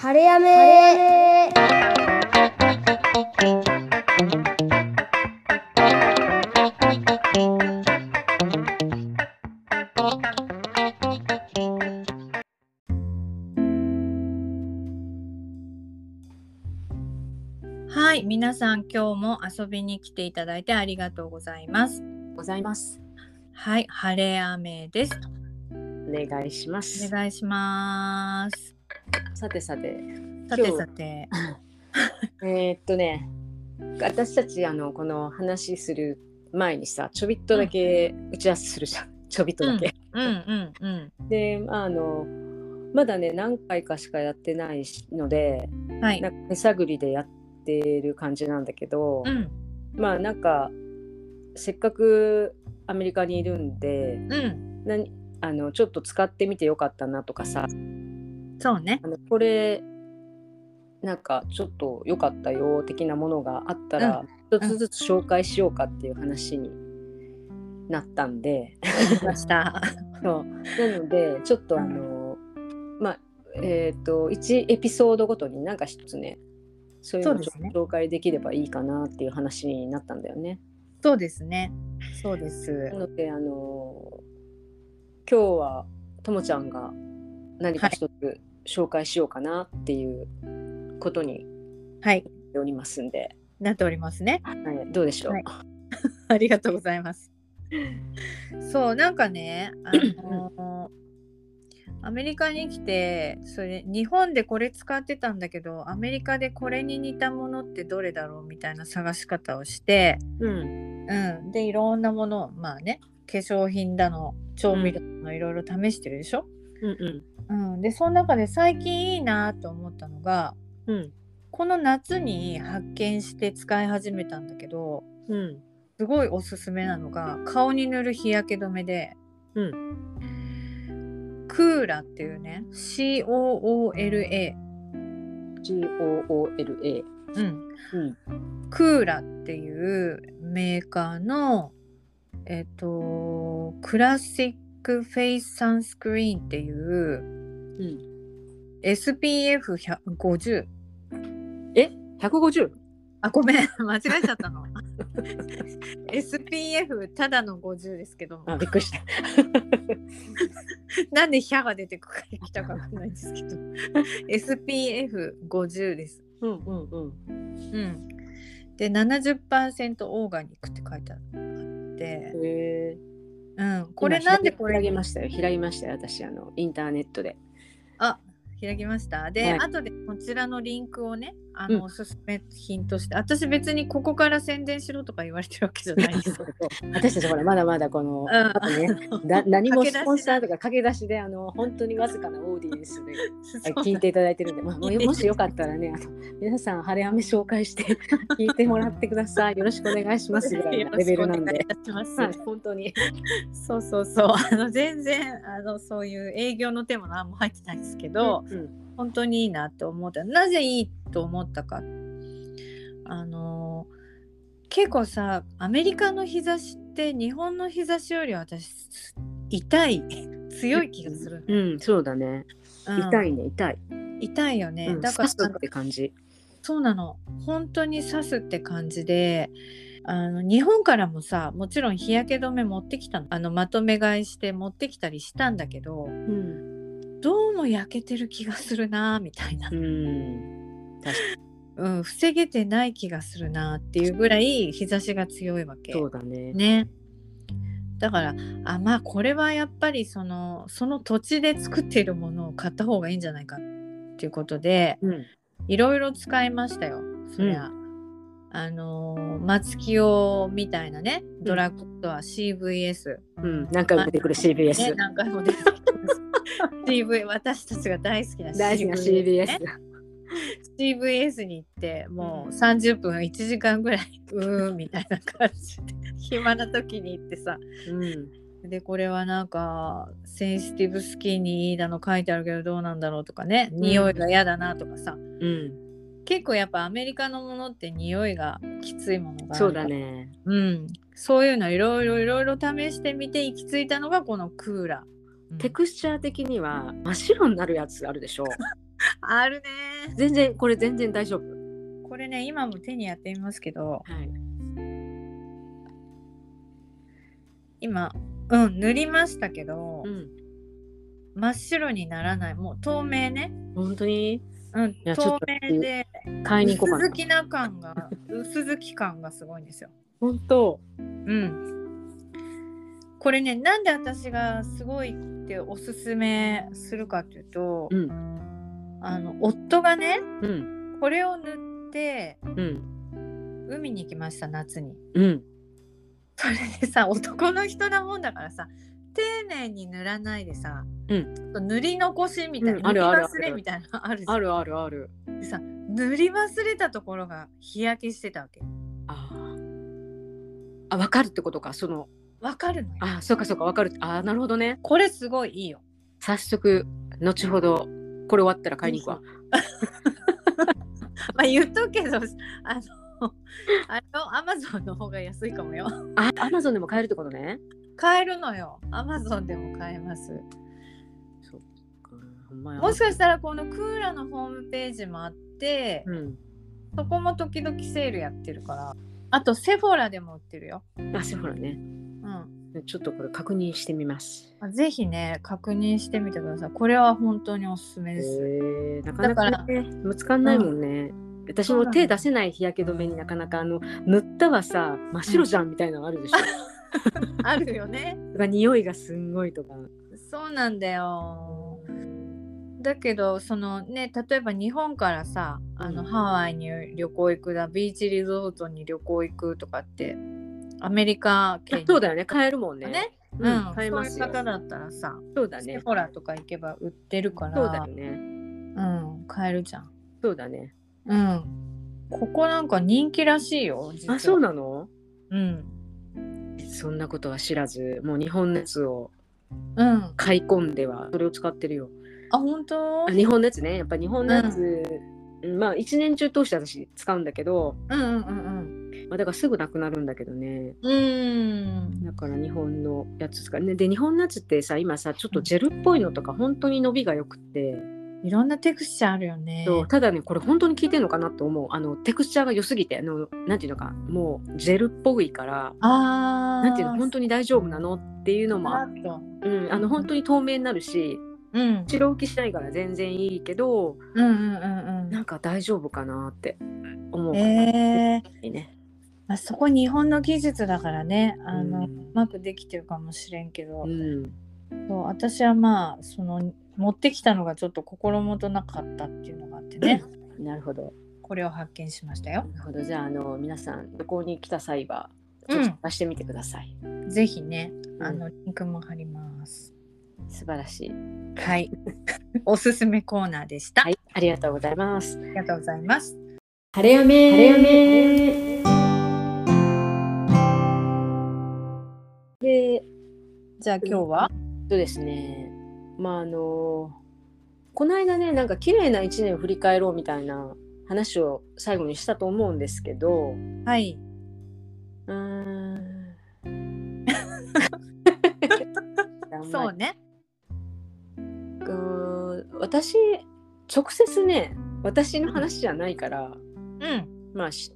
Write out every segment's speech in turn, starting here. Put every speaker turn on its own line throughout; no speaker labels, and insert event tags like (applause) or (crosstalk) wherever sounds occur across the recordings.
晴れやめ
はい、皆さん今日も遊びに来ていただいてありがとうございます。
ございます。
はい、晴れ雨です。
お願いします
お。願いします。
さてさて、
さてさて、
えー、っとね、私たちあのこの話する前にさ、ちょびっとだけ打ち合わせするじゃん。 (laughs) ちょびっとだけ。
うんうんうん
で、あのまだね何回かしかやってないので、
うん。はい。
なんか手探りでやってる感じなんだけど、
うん
まあなんかせっかくアメリカにいるんで、
うん。
何あのちょっと使ってみてよかったなとかさ、
そうね。
あのこれなんかちょっと良かったよ的なものがあったら一つずつ紹介しようかっていう話になったんで、
聞きました。
そうなのでちょっとあの、まあえっ、と1エピソードごとになんか一つねそういうのを
そう
ち
ですね
ょっと紹介できればいいかなっていう話になったんだよね。
(laughs) そうですね。そうです
な。のであの今日はともちゃんが何か一つ紹介しようかなっていうことに
はい。
っておりますんで、
なっておりますね。
はい、どうでしょう、
はい (laughs) ありがとうございます。そうなんかね、あのアメリカに来てそれ日本でこれ使ってたんだけどアメリカでこれに似たものってどれだろうみたいな探し方をして、
うん
うん、でいろんなものをまあね化粧品だの調味料だのいろいろ試してるでしょ、
うん
うん、でその中で最近いいなと思ったのが
うんうん
この夏に発見して使い始めたんだけど、
うん
すごいおすすめなのが顔に塗る日焼け止めで、
う
クーラっていうね COOLA、
GOOLA
うん、
うん
クーラっていうメーカーのえっ、とクラシックフェイスサンスクリーンっていう
うん
SPF50
え百 150?
あごめん (laughs) 間違えちゃったの SPF ただの50ですけども
あびっくりした
なんで「ひゃ」が出てくるか来たかわかんないんです
(laughs)
けど SPF50 です。
うんうんうん
うん、で70%オーガニックって書いてあって、
へえ
うん、これなんでこれ
開きましたよ開きましたよ私あのインターネッ
(laughs)
トで
あ開きましたで、
はい
後でこちらのリンクをねあの、
うん
おすすめ品として私別にここから宣伝しろとか言われてるわけじゃないん
(laughs)
ですけど
私たちほらまだまだこの、
ん
あとねな何も
駆け出し
スポンサーとか駆け出しであの本当にわずかなオーディエ
(laughs)
ンスで
そう
聞いていただいてるんで、まあ、も
聞いていただいて
もしよかったらねあの皆さん晴れ雨紹介して (laughs) 聞いてもらってくださいよろしくお願いしますぐらいのレベルなんで
よろしくお願いいたします
はい、本当に。
(laughs) そうそうそうあの全然あのそういう営業の手も何も入ってないんですけど、
うん、
本当にいいなって思ったなぜいいと思ったかあのー結構さアメリカの日差しって日本の日差しより私痛い (laughs) 強い気がする、
うん、そうだね。
うん
痛いね、痛い。
痛いよね、
うん、
だ
だ
か
かららって感じ。
そうなの本当に刺すって感じであの日本からもさもちろん日焼け止め持ってきたのあのまとめ買いして持ってきたりしたんだけど
うん、
どうも焼けてる気がするなみたいな
うん、
うん、防げてない気がするなっていうぐらい日差しが強いわけ。
そうだね。
ね。だからあまあこれはやっぱりそのその土地で作っているものを買った方がいいんじゃないかっていうことで
うん、
いろいろ使いましたよそりゃ。あのー松木をみたいなねドラッグストア CVS、
うん、何回も出てくる CBS。
ね、何回も出てきます
(laughs)
CV 私たちが大好きな CVS
大好きな
ね
CBS。
CVS に行ってもう30分1時間ぐらいうーんみたいな感じで (laughs) 暇な時に行ってさ
うん、
でこれはなんかセンシティブスキンにいいだの書いてあるけどどうなんだろうとかね
ん
匂いが嫌だなとかさ、
うん、
結構やっぱアメリカのものって匂いがきついものがある
そうだ、ね。
うん、そういうのいろいろいろいろ試してみて行き着いたのがこのクーラー。うん
テクスチャー的には真っ白になるやつあるでしょ
あるね
全然これ全然大丈夫。
これね今も手にやってみますけど
はい。
今うん塗りましたけど、
ん。
真っ白にならないもう透明ね、
本当に
うん、
やちょ
透
っと
明で
買いに行こうか
薄
な
付。きな感が (laughs) 薄付き感がすごいんですよ。
本当。
うん、これねなんで私がすごいっておすすめするかっていうと、
うん
あの夫がね
うん
これを塗って
うん
海に行きました夏に。
うん。
それでさ男の人なもんだからさ丁寧に塗らないでさ、
うん
ちょっと塗り残しみたいな、
うんあるあるある
塗り忘れみたいなのあるじゃん
あるあるある。
でさ塗り忘れたところが日焼けしてたわけ
ああ。あ分かるってことか。その
わかるのよ
あそうかそうか分かる。ああなるほどね。
これすごいいいよ
早速後ほどこれ終わったら買いに行くわ。
まあ言っとくけどあの (laughs) あのアマゾンの方が安いかもよ
あアマゾンでも買えるってことね。
買えるのよアマゾンでも買えます
ほんまや
もしかしたらこのクーラのホームページもあって、
うん。
そこも時々セールやってるからあとセフォラでも売ってるよ
あそうほらね。
うん
ちょっとこれ確認してみます。
あぜひね確認してみてくださいこれは本当におすすめ
え
です、
ー、なかなか、ね、見つかんないもんね。私
そう
も
なの
手出せない日焼け止めになかなかあの塗ったはさ真っ白じゃんみたいなのあるでしょ。
あるよね
とか匂いがすんごいとか。
そうなんだよだけどそのね例えば日本からさあの、
うん
ハワイに旅行行くだビーチリゾートに旅行行くとかってアメリカ圏に
そうだよね買えるもんね。
ねう
う、
んん、
買えます
そう
よ
いう方だったらさ、
そうだ
セ
ね。
フォラとか行けば売ってるから
そうだよね。
うん、買えるじゃん
そうだね。
うんここなんか人気らしいよ実は
あそうなの
うん
そんなことは知らずもう日本のやつを
うん
買い込んではそれを使ってるよ。
あ本当
あ日本のやつねやっぱ日本のやつ、まあ一年中通して私使うんだけど、
うんうんうん
まあ、だからすぐなくなるんだけどね
うんうん
だから日本のやつ使うねで日本のやつってさ今さちょっとジェルっぽいのとか本当に伸びがよくって、
いろんなテクスチャーあるよね
そうただねこれ本当に効いてるのかなと思うあのテクスチャーが良すぎてあのなんていうのかもうジェルっぽいから
あー
なんていうの本当に大丈夫なのっていうのもあ,、
あと
うん、あの本当に透明になるし
うん
白浮きしないから全然いいけど
うんうんうん
なんか大丈夫かなって思
うん
うから、
えー
ね。
まあ、そこ日本の技術だからねあの、
う
うんまくできてるかもしれんけど、
うん
そう私はまあその持ってきたのがちょっと心もとなかったっていうのがあってね
なるほど。
これを発見しましたよ。
なるほど。じゃあ、あの、皆さん、旅行に来た際は、ち
う
ょ
ん
っと出してみてください。
ぜひね
うん
あのリンクも貼ります。
素晴らしい。
はいおすすめコーナーでした。
はい、ありがとうございます。
ありがとうございます。
晴れやめ晴れやめで、
じゃあ今日は、
そうですね。まあ、あの、この間ね、なんか綺麗な一年を振り返ろうみたいな話を最後にしたと思うんですけど、
はい。
うー (laughs) ん。
そうね。
うーん私直接ね私の話じゃないか
う
ら
ん。
まあし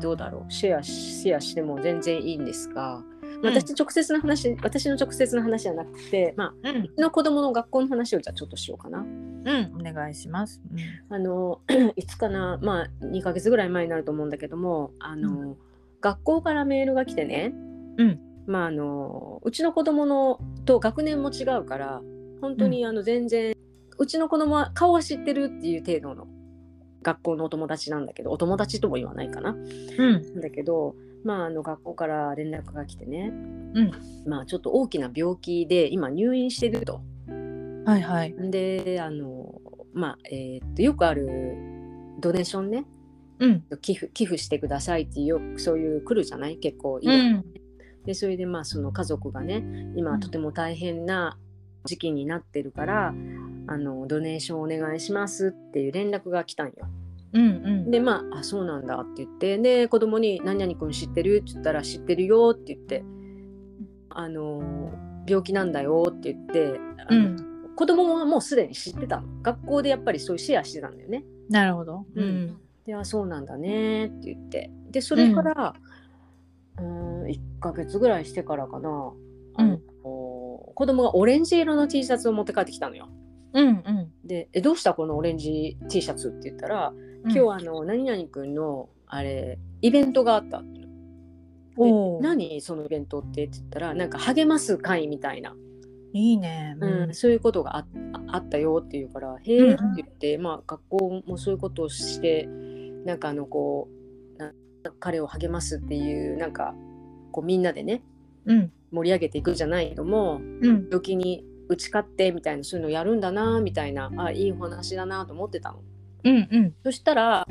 どうだろうシェアシェアしても全然いいんですが
ん
私直接の話、私の直接の話じゃなくてまあ
うん
うちの子供の学校の話をじゃあちょっとしようかな。
うんお願いします。
あの (clears throat) いつかなまあ2ヶ月ぐらい前になると思うんだけどもあの、
う
学校からメールが来てね、
うん
まあ、あのうちの子供のと学年も違うから本当にあの全然、うちの子供は顔は知ってるっていう程度の学校のお友達なんだけどお友達とも言わないかな
うん
だけど、まあ、あの学校から連絡が来てね、
うん
まあ、ちょっと大きな病気で今入院してると。
うん。はいはい。
であのまあえーっとよくあるドネーションね
うん。
寄付寄付してくださいっていうよくそういう来るじゃない結構いい、
うん。
でそれでまあその家族がね今
うん
とても大変な時期になってるから、あのドネーションお願いしますっていう連絡が来たんよ
うんうん。
でまああそうなんだって言ってで子供に「何々君知ってる?」って言ったら「知ってるよ」って言って「あの病気なんだよ」って言ってあの、
う
子供ももうすでに知ってたの学校でやっぱりそういうシェアしてたんだよね。
なるほど。
う
うんん。
であそうなんだねって言ってでそれから、うん、1ヶ月ぐらいしてからかな、あの
うん
こう子供がオレンジ色の T シャツを持って帰ってきたのよ。
うんうん。
で「えどうしたこのオレンジ T シャツ」って言ったら「今日あの何々くんのあれイベントがあった」って
おー
何そのイベントって?」って言ったらなんか励ます会みたいな、
いいね。
うんそういうことがあああったよって言うから「へ
うん
え」って言って、まあ、学校もそういうことをしてなんかあのこうな彼を励ますっていうなんかこうみんなでね
うん。
盛り上げていくじゃないけども
うん。
病気に打ち勝ってみたいなそういうのやるんだなみたいなあいいお話だなと思ってたの。
うん。うん。
そしたら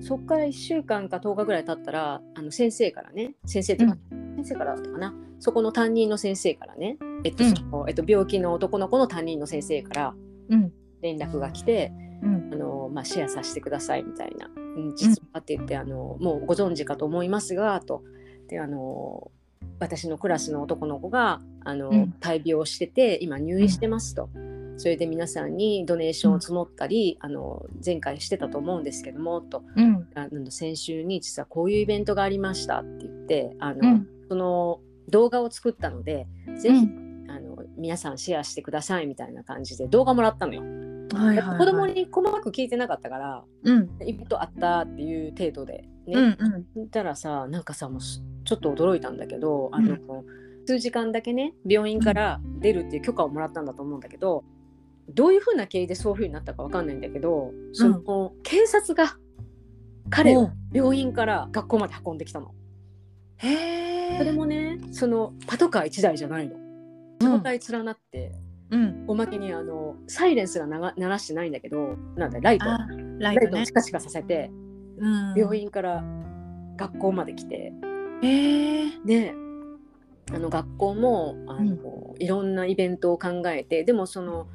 そっから1週間か10日ぐらい経ったらあの先生からね先生っていうか、先生からだったかなそこの担任の先生からね、えっと
うん
そのえっと、病気の男の子の担任の先生から
うん。
連絡が来て、
うん。
あのまあ、シェアさせてくださいみたいな「うん実は」って言って、あの「もうご存知かと思いますが」と。であの私のクラスの男の子があの、
うん
大病をしてて今入院してますと、それで皆さんにドネーションを募ったり、あの前回してたと思うんですけどもと
うん。
あの先週に実はこういうイベントがありましたって言ってあ
う
の、
ん。
その動画を作ったのでぜ
う
ひ、
ん
あの皆さんシェアしてくださいみたいな感じで動画もらったのよ。
はい
やっ
は
ぱ
い。
子供。に細かく聞いてなかったから
うん。
イベントあったっていう程度で
う
ね、
ん。うん。
そしたらさなんかさもうすちょっと驚いたんだけどあの、数時間だけね病院から出るっていう許可をもらったんだと思うんだけどどういうふうな経緯でそういうふうになったかわかんないんだけどその、警察が彼
お
を
う
病院から学校まで運んできたの。
へえ。
それもねそのパトカー1台じゃないの。
うん
状態連なって、
うん。
おまけにあのサイレンすらなが鳴らしてないんだけどなんだライト
あ、ラ
ラ
イ
イ
ト
トを
ね
チ。カチカさせて、
うん
病。院から学校まで来て
へえ。
であの学校もあの、いろんなイベントを考えてでもその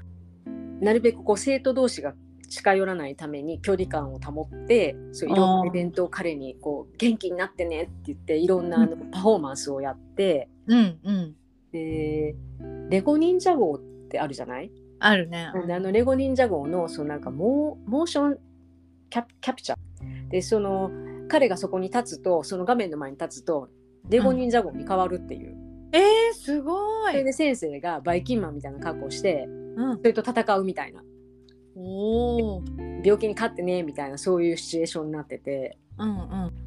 なるべくこう生徒同士が近寄らないために距離感を保ってそういろ
あ
んな
ー
イベントを彼にこう元気になってねって言っていろんなあのパフォーマンスをやって、
うん。うん。
でレゴ忍者号ってあるじゃない、
あるね。
であのレゴ忍者号のそのなんかモーモーションキャプキャプチャーでその彼がそこに立つとその画面の前に立つとレゴ忍者号に変わるっていう、
ええ、すご
それ
い。
で先生がバイキンマンみたいな格好をして
うん。
それと戦うみたいな
おお。
病気に勝ってねみたいなそういうシチュエーションになってて
うん。うん。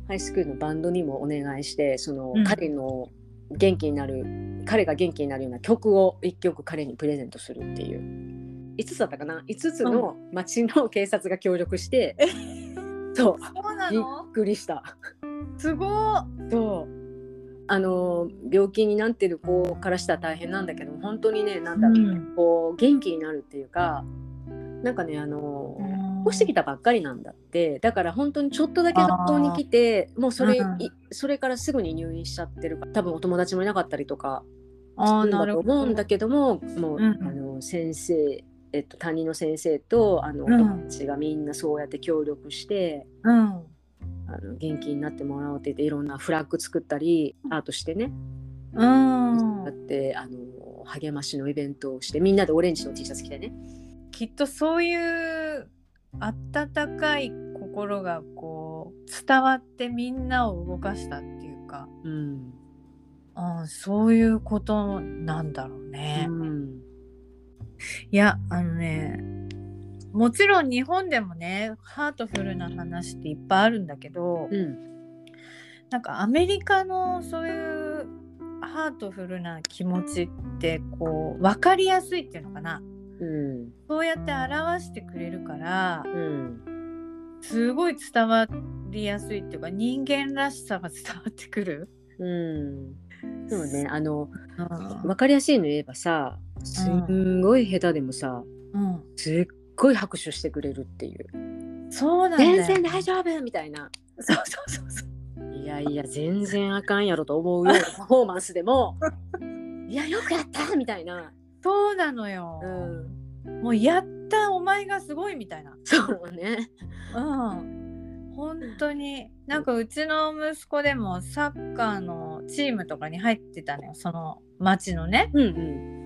ハイスクールのバンドにもお願いしてその、
うん
彼の元気になる彼が元気になるような曲を1曲彼にプレゼントするっていう5つだったかな5つの町の警察が協力して、 (laughs) そう
そうな
びっ
の。
くりした。
すごい。
そうあの病気になってる子からしたら大変なんだけど本当にねなんだろう、
うん
こう元気になるっていうかなんかねあの、越してきたばっかりなんだってだから本当にちょっとだけ学校に来てもうそれ、
うん
いそれからすぐに入院しちゃってるから多分お友達もいなかったりとか
あ
す
あ、
るん
な
だと
るほ
思うんだ
ど。
けどもも
う
う、
ん
あの先生えっと、担任の先生とあの、
うん
友達がみんなそうやって協力して
うん。
あの元気になってもらおうって言っていろんなフラッグ作ったりアートしてね、
うん
だっ。てあの励ましのイベントをしてみんなでオレンジの T シャツ着てね
きっとそういう温かい心がこう伝わってみんなを動かしたっていうか、
うん、
うん、そういうことなんだろうね。
うん
いやあのねもちろん日本でもねハートフルな話っていっぱいあるんだけど
うん
なんかアメリカのそういうハートフルな気持ちってこう分かりやすいっていうのかな
うん
そうやって表してくれるから
うん
すごい伝わりやすいっていうか人間らしさが伝わってくる。
うんでもねあの
う
分かりやすいの言えばさすんごい下手でもさ
ん、
すっごい拍手してくれるっていう
そうな
「
んだよ
全然大丈夫!」みたいな
そうそうそうそう。
「いやいや全然あかんやろ」と思うようなパフォーマンスでも「いやよくやった!」みたいな、
そうなのよ
う、ん、
もうやったお前がすごいみたいな。
そうね。
うん。本当になんかうちの息子でもサッカーのチームとかに入ってたのよその町のね。
うん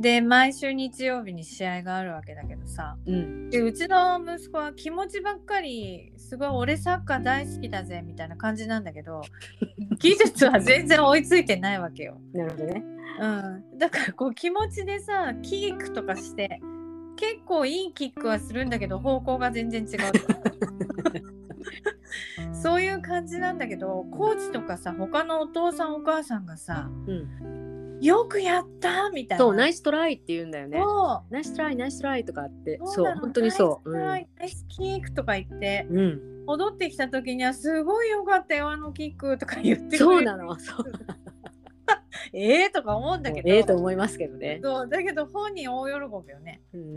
で毎週日曜日に試合があるわけだけどさ
うん
でうちの息子は気持ちばっかりすごい俺サッカー大好きだぜみたいな感じなんだけ
(laughs)
ど技術は全然追いついてないわけよ。
なるほどね。
うん、だからこう気持ちでさキックとかして結構いいキックはするんだけど方向が全然違うと
(laughs)
かそういう感じなんだけどコーチとかさ他のお父さんお母さんがさ
うん、
「よくやった!」みたいな。
そう、ナイストライって言うんだよね。
そ
ナイストライ、ナイストライとかあって、
う
そう、本当にそう。
ナイスナイスナイスキックとか言って
うん、うん、
戻ってきた時には「すごいよかったよあのキック」とか言って
そう
る
なの。そうなの
ええとか思うんだけど
ええと思いますけどね。
そうだけど本人大喜びよね。
うん、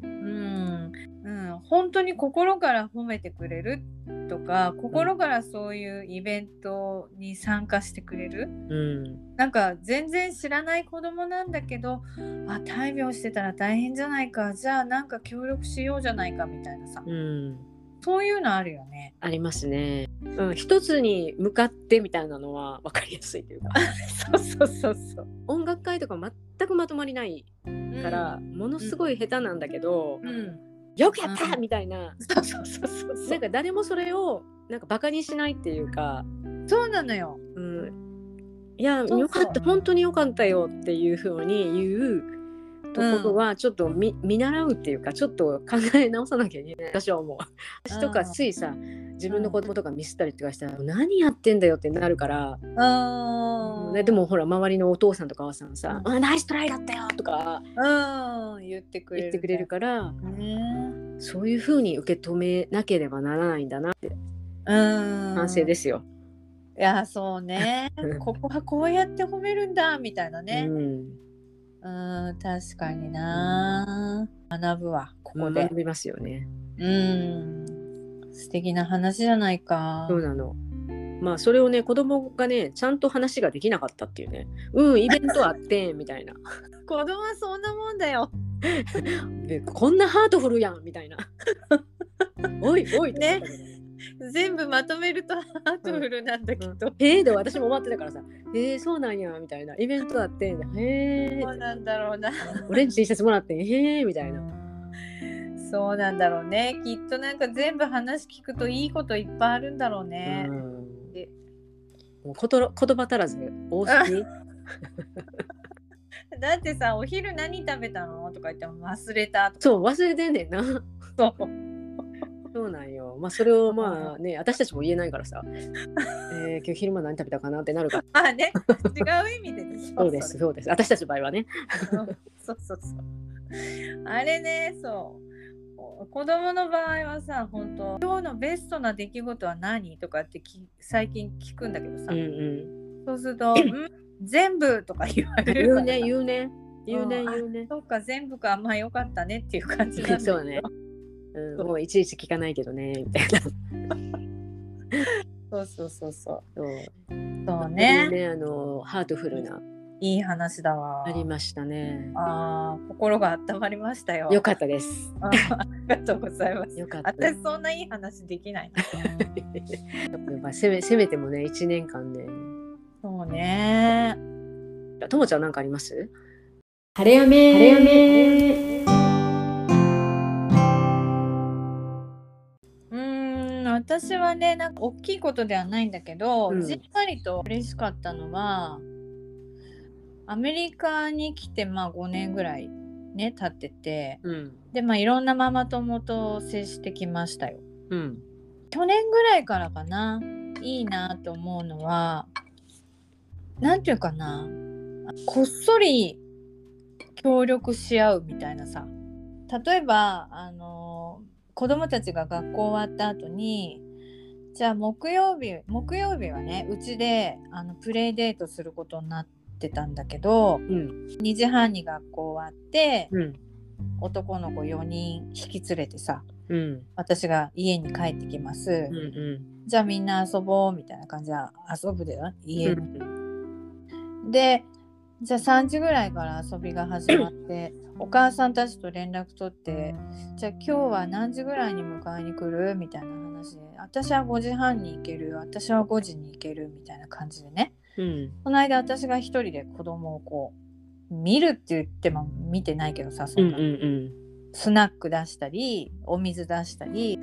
うん、うん、本当に心から褒めてくれるとか心からそういうイベントに参加してくれる
うん、
なんか全然知らない子供なんだけどあ大病してたら大変じゃないかじゃあなんか協力しようじゃないかみたいなさ
うん。
そういうのあるよね。
ありますね。うん、一つに向かってみたいなのは分かりやすいというか
そうそうそうそう。
(laughs) 音楽会とか全くまとまりないから、ものすごい下手なんだけど、
うん、うん、
よくやった、
うん
みたいな
そうそうそうそうそ
な
うん
か誰もそれをなんかバカにしないっていうか、
そうなのよ。
うん、いや
そう
よかった本当によかったよっていうふうに言うところはちょっと見,、見習うっていうかちょっと考え直さなきゃいけない私は思う。私とかついさ自分の子供とか見せたりとかしたら、何やってんだよってなるから、
うん、
ね、でもほら周りのお父さんとかはささ
う
「あナイストライだったよ」とか
うん言ってくれる
言ってくれるから
らね。
そういうふうに受け止めなければならないんだなって
うん
反省ですすよ。
いやそう
(laughs)
ねここはこうやって褒めるんだみたいなね
うん、
うん確かにな学ぶわここで
学びますよね。
うん素敵な話じゃないか
そうなの。まあそれをね子供がねちゃんと話ができなかったっていうねうんイベントあってんみたいな
子供はそんなもんだよ
でこんなハートフルやんみたいな (laughs) おいおいと思ったけど
全部まとめるとハートフルなんだけど、
へえで私も待ってたからさへえそうなんやみたいなイベントあってんへえ
そうなんだろうな
オレンジ T シャツもらってんへえみたいな
そうなんだろうねきっとなんか全部話聞くといいこといっぱいあるんだろうね
う、ん
で
もうことろ言葉足らず多すぎ
だってさお昼何食べたのとか言っても忘れたとか (laughs)
そう忘れてんねんな
そう
そうなんよまあそれをまあね私たちも言えないからさえー今日昼間何食べたかなってなるから
まあね、違う意味ででしょ
(laughs) そうですそうです私たちの場合はね
(laughs) それうんそうそうそう。あれね、そう。お子供の場合はさ、本当今日のベストな出来事は何とかってき最近聞くんだけどさ、
うんうん
そうする
(laughs)
と、うん全部とか言われ
言
るか
う
ら
ね言うね言うね
うん
言うね
そうか、全部か、まあよかったねっていう感じなんだけど
(laughs) そうね。うん、もういちいち聞かないけどねみたいな
そうそうそうそう。
そう
そう
本当に
ね。
ねあのハートフルない
い話だわ。
ありましたね
あー心が温まりましたよ。
よかったです
(laughs) あーありがとうございます。
よかったです
私そんないい話できないな。
やっぱせめせめてもね1年間ね
そうね。
ともちゃんなんかあります
晴れやめ晴れやめ
うーん、私はね、なんか大きいことではないんだけど、
うん
じっくりと嬉しかったのは、アメリカに来てまあ5年ぐらいね経ってて、
うん
でまあいろんなママ友と接してきましたよ。
うん
去年ぐらいからかな、いいなと思うのは、なんていうかな、こっそり協力し合うみたいなさ例えばあの子供たちが学校終わった後にじゃあ木曜日木曜日はねうちであのプレイデートすることになってたんだけど、
ん
2時半に学校終わって
うん
男の子4人引き連れてさ
うん
私が家に帰ってきます、
うんうん
じゃあみんな遊ぼうみたいな感じで遊ぶでよ家で
うん
でじゃあ3時ぐらいから遊びが始まってお母さんたちと連絡取ってじゃあ今日は何時ぐらいに迎えに来るみたいな話で私は5時半に行ける私は5時に行けるみたいな感じでね
うん
この間私が一人で子供をこう見るって言っても見てないけどさそ
うんん
な、
うん
スナック出したりお水出したり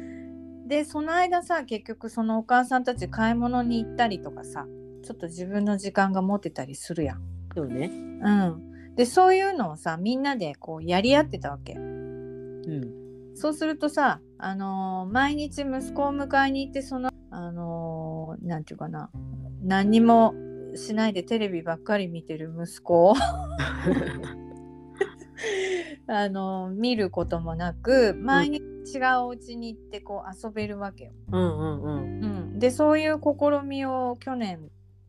でその間さ結局そのお母さんたち買い物に行ったりとかさちょっと自分の時間が持てたりするやん。
うん。そうね。
うん、でそういうのをさみんなでこうやり合ってたわけ。
うん。
そうするとさ、あのー毎日息子を迎えに行ってその、あのーなんていうかな何にもしないでテレビばっかり見てる息子を、 (laughs) あのー見ることもなく毎日違うお家に行ってこう遊べるわけよ。
うんうんうん。
うん、でそういう試みを去年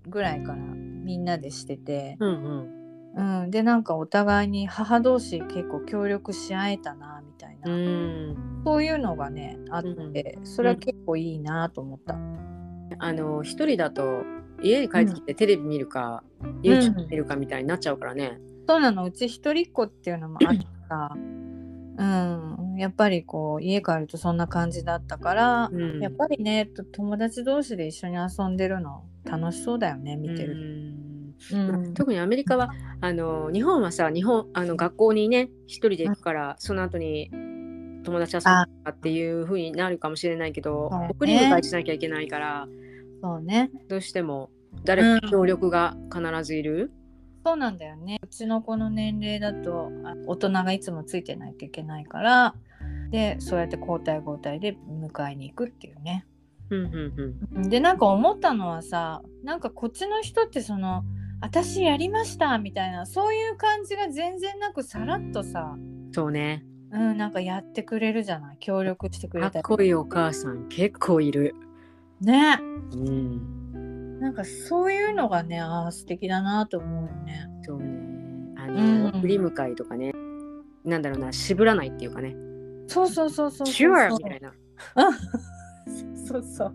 ぐらいからみんなでしてて、
うんうん。
うん、でなんかお互いに母同士結構協力し合えたなみたいな。
うん。
そういうのがねあって、それは結構いいなと思った。
あの、一人だと、家に帰ってきてテレビ見るか、YouTube 見るかみたいになっちゃうからね。
そうなのうち一人っ子っていうのもあってさ、うん、やっぱりこう家帰るとそんな感じだったから、
うん
やっぱりねと友達同士で一緒に遊んでるの楽しそうだよね見てる。
うん
うん
特にアメリカはあの日本はさ日本あの学校にね一人で行くから、その後に友達遊ぶとかっていう風になるかもしれないけど、
そうね
送り迎えしなきゃいけないから
そうね
どうしても誰か協力が必ずいる。
そうなんだよねうちの子の年齢だとあ大人がいつもついてないといけないからでそうやって交代交代で迎えに行くっていうね。
うんうんうん
でなんか思ったのはさなんかこっちの人ってその「私やりました」みたいなそういう感じが全然なくさらっとさ、
そうね
うん、なんかやってくれるじゃない協力してく
か
れ
った
り
こいいお母さん結構いる。
ね
うん、
なんかそういうのがねあー素敵だなと思うよね。
そうねあ
うん
の、送り迎えとかねなんだろうな渋らないっていうかね
そうそうそうそ
「
うそう
Sure!」みたいな。
そうそう。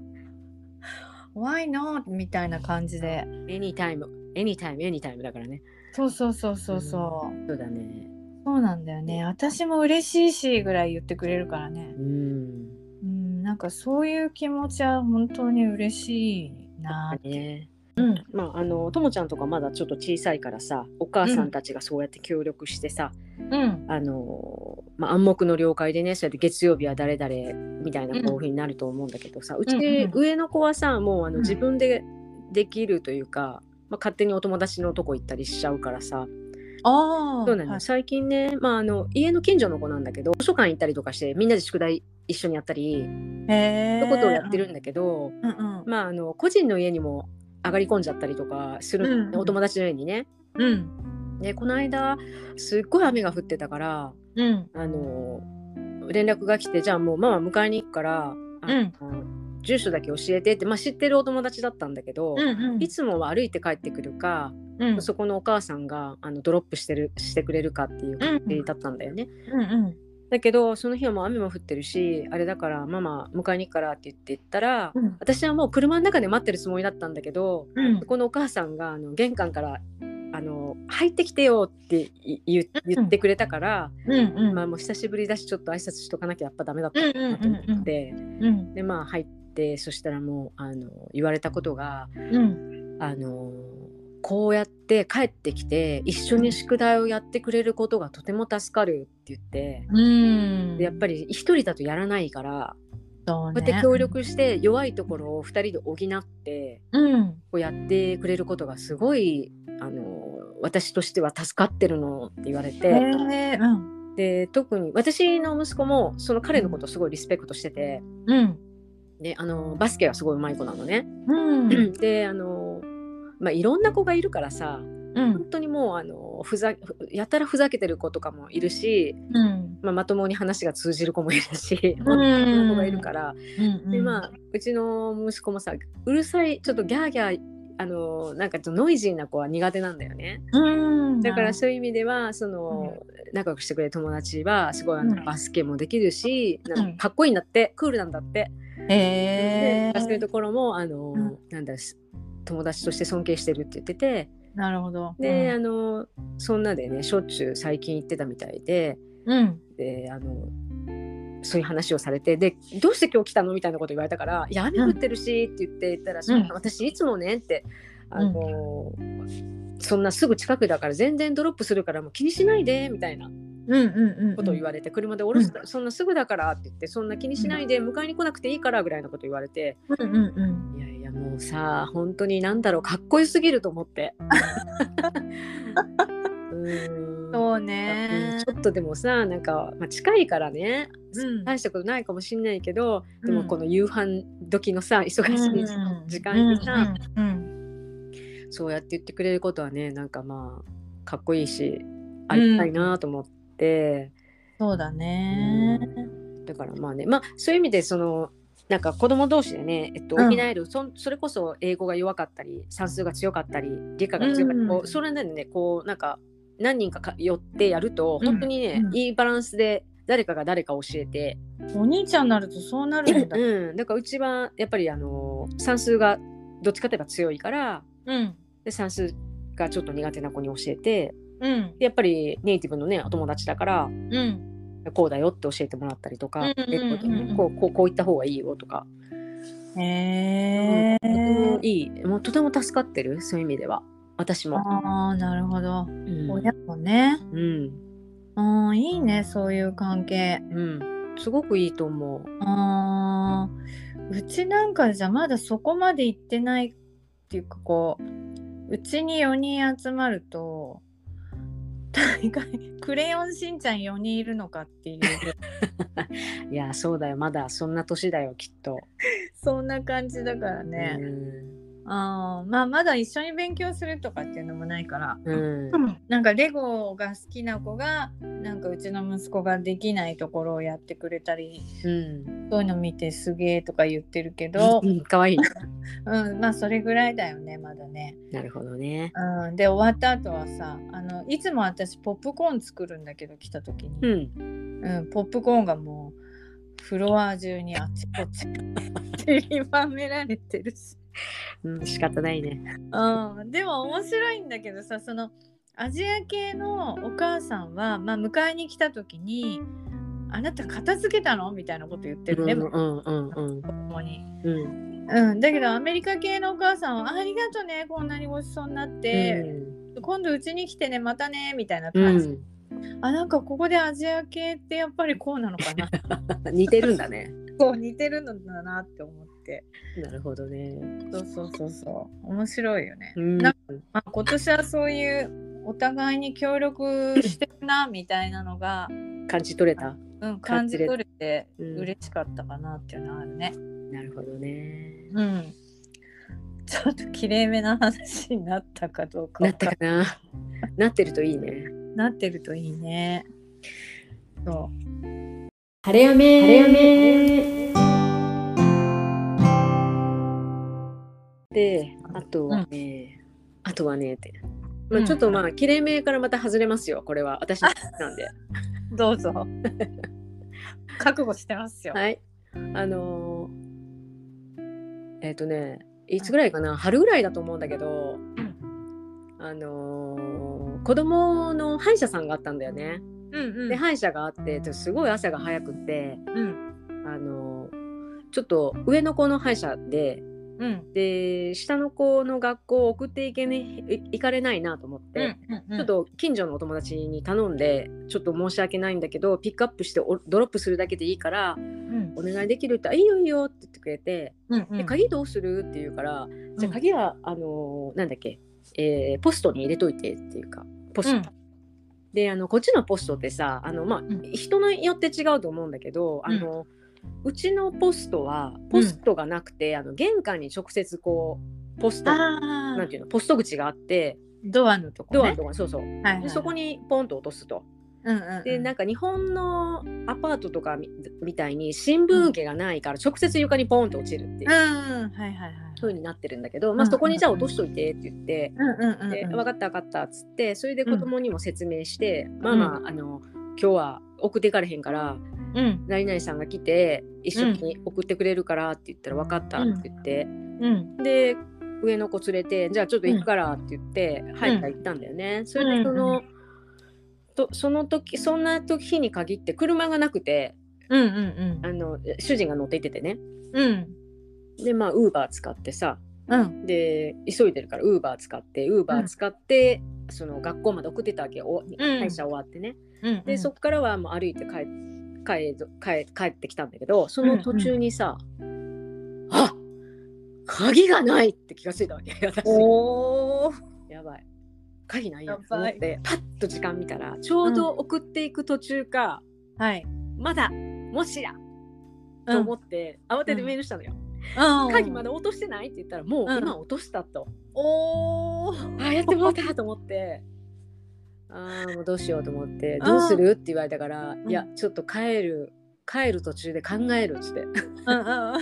Why not? みたいな感じで。
Anytime Anytime Anytime だからね。
そうそうそうそうそう。
そうだね。
そうなんだよね。私も嬉しいしぐらい言ってくれるからね。
うん。
うん、なんかそういう気持ちは本当に嬉しいな。
ね。
うん、
まああのともちゃんとかまだちょっと小さいからさ、お母さんたちがそうやって協力してさ、
うん、
あのまあ暗黙の了解でね、そうやって月曜日は誰々みたいなこういう風になると思うんだけどさ、うち、
うんうん
上の子はさ、もうあの
うん
自分でできるというか。まあ、勝手にお友達のとこ行ったりしちゃうからさ、
ああ、
そうなの
はい
最近ね、まあ、あの家の近所の子なんだけど図書館行ったりとかしてみんなで宿題一緒にやったり
へえ。
そういうことをやってるんだけど、
うんうん
まあ、あの個人の家にも上がり込んじゃったりとかするのね、
うんうん
お友達の家にね。
うん
でこの間すっごい雨が降ってたから
うん
あの連絡が来てじゃあもうママ迎えに行くから、あ
うん
住所だけ教えてって、まあ、知ってるお友達だったんだけど、
うん
いつもは歩いて帰ってくるか、
うん
そこのお母さんがあのドロップしてるしてくれるかっていう感じだったんだよね。
うんうん
だけどその日はもう雨も降ってるしあれだからママ迎えに行くからって言って行ったら、
うん
私はもう車の中で待ってるつもりだったんだけど、
うん
そこのお母さんがあの玄関からあの「入ってきてよ」ってい
う
言
ん
言ってくれたから、
うんうん
まあ、もう久しぶりだしちょっと挨拶しとかなきゃやっぱダメだった
うん
なと思って、
うん
でまあ入ってそしたらもうあの言われたことが
うん
あのこうやって帰ってきて一緒に宿題をやってくれることがとても助かるって言って。
うん
でやっぱり一人だとやらないから、
そう
こう
ね
やって協力して弱いところを二人で補って
うん
こうやってくれることがすごいあの私としては助かってるのって言われ
へ
て、
えうん
で特に私の息子もその彼のことをすごいリスペクトしてて、
うん
であのバスケがすごいうまい子なのね。
うん
であのまあ、いろんな子がいるからさ
うん
本当にもうあのふざやたらふざけてる子とかもいるし、
うん
まあ、まともに話が通じる子もいるし、
ん
本当に子がいるから
うん
でまあうちの息子もさうるさいちょっとギャーギャーあのなんかちょっとノイジーな子は苦手なんだよね
うん
だからそういう意味ではその、仲良くしてくれる友達はすごいあ
う
の、
ん
バスケもできるしなん
うん
かかっこいいんだってクールなんだって、
へ
で
え
そういうところもあの、
うん
なんだし友達として尊敬してるって言ってて
なるほど
で、あのそんなでねしょっちゅう最近行ってたみたいで
うん
であのそういう話をされてでどうして今日来たのみたいなこと言われたから「いや雨降ってるし」って言って言ったら、そう
うん
私いつもねって。あの、そんなすぐ近くだから全然ドロップするからもう気にしないでみたいな
うんうんうん
ことを言われて、車で降ろす、そんなすぐだからって言ってそんな気にしないで迎えに来なくていいからぐらいのこと言われて、
うんうんうん
いやいやもうさ本当に何だろうかっこよすぎると思って。うーん
そう
う
ね
んちょっとでもさなんか、まあ、近いからね、
うん
大したことないかもしんないけど、で
う
も
ん
この夕飯時のさ忙しい時間にさ、
うんうん
そうやって言ってくれることはねなんかまあかっこいいしありがたいなと思って、
そうだね
だからまあねまあそういう意味でそのなんか子供同士でね、えっと、
う
補
ん
える、そんそれこそ英語が弱かったり算数が強かったり理科が強かったり、
うん
こうそれなりにねこうなんか何人かか寄ってやると
うん
本当にね、
うん
いいバランスで誰かが誰か教えて、
お兄ちゃんになるとそうなるんだ
うん、だからうちはやっぱりあの算数がどっちかといえば強いから
うん
で算数がちょっと苦手な子に教えて
うん
でやっぱりネイティブのねお友達だから
うん
こうだよって教えてもらったりとか、
うんうんうんうん
英語でねこうこうこういった方がいいよとか、
へ
とて
え
もいいもうとても助かってるそういう意味では私も。
ああなるほど
うん
親もね
うん
うんいいねそういう関係
うん、すごくいいと思う。
あーうちなんかじゃまだそこまで行ってないっていうかこううちに4人集まると (laughs) 大概「クレヨンしんちゃん4人いるのか」って
(laughs)
いう
いやそうだよまだそんな年だよきっと。
そんな感じだからね、
うん
あーまあまだ一緒に勉強するとかっていうのもないから、
うん
なんかレゴが好きな子がなんかうちの息子ができないところをやってくれたり
うん
そういうの見てすげえとか言ってるけど
うん、かわいいな。
うんまあそれぐらいだよねまだね。
なるほどね。
うん、で終わった後はさあのいつも私ポップコーン作るんだけど来た時に、
うん
うんポップコーンがもうフロア中にあちこち (laughs) 散りばめられてるし、
うん、仕方ないね。
うん、でも面白いんだけどさそのアジア系のお母さんは、まあ、迎えに来た時に「あなた片付けたの?」みたいなこと言ってるね、
うん
子
うんうん
供に。
うん。
うん、だけどアメリカ系のお母さんは「ありがとねこんなにごちそうになって、今度うちに来てねまたね」みたいな
うん
感じ。あなんかここでアジア系ってやっぱりこうなのか
(laughs)
な
うん、似てるんだね。
こう似てるのだなって思って
なるほどね。
そうそうそうそう面白いよね、
うん
なんかまあ、今年はそういうお互いに協力してるなみたいなのが、
感じ取れた。
うん、感じ取れて
うん
嬉しかったかなっていうのはあるね
なるほどね。
うん、ちょっときれいめな話になったかどうか
な
わ
った
か
かな。 (laughs) なってるといいね。
なってるといいねそう
晴れ雨晴れ雨
で、あとはね、あとはねって。まあ、ちょっとまあ、きれいめからまた外れますよ、これは。私の話なんで。
ど
(laughs)
うぞ覚悟してますよ、
はい。あのーえっ、とね、いつぐらいかな、春ぐらいだと思うんだけど、あのー子供の歯医者さんがあったんだよね。
うんうん
で歯医者があってちょすごい朝が早くって
うん
あのちょっと上の子の歯医者で
うん
で下の子の学校を送っていけねい行かれないなと思って、
ち
ちょっと近所のお友達に頼んでちょっと申し訳ないんだけどピックアップしておドロップするだけでいいから
うん
お願いできるってあ「いいよいいよ」って言ってくれて「
うん
で鍵どうする?」って言うから「じゃ
う
あ
ん
鍵はあのなんだっけ、えーポストに入れといて」っていうかポスト。
うん
であのこっちのポストってさあの、まあ
ん
人によって違うと思うんだけど、あのうちのポストはポストがなくて、あの玄関に直接こうポスト
あ
な
あ
んていうのポスト口があって
ドアのとこ
ド
ね
アのとこにそうそう、で
はいはい
そこにポンと落とすと。
うんうんうん
でなんか日本のアパートとかみみたいに新聞受けがないから直接床にポンと落ちるっていう。
うんうんはいはいはい
風になってるんだけど、まあ、そこにじゃあ落としといてって言って、
うんうんうん
で
うん
分かった分かったっつってそれで子供にも説明して、まあまああの今日は送っていかれへんから
うん
何々さんが来て一緒に送ってくれるからって言ったら分かったって言って、
うん
で上の子連れてじゃあちょっと行くからって言って、入った行ったんだよね。それでその、
うんう
とその時そんな時に限って車がなくて
うんうんうん
あの主人が乗っていっててね
うん
でまあウーバー使ってさ
うん
で急いでるからウーバー使ってウーバー使って、その学校まで送ってたわけお会社終わってね、
うん
でそっからはもう歩いて帰帰帰帰ってきたんだけどその途中にさ、あ鍵がないって気がついたわけ (laughs) 私
おお
やばい鍵ないや
やばい
と思ってパッと時間見たらちょうど送っていく途中か、
はい
まだもしやと思って、慌ててメールしたのよ、鍵まだ落としてないって言ったらもう
うん
今落としたと、
おお
ああやってもら (laughs) ったと思ってああもうどうしようと思ってどうするって言われたから、
ん
いやちょっと帰る帰る途中で考えるっつってあ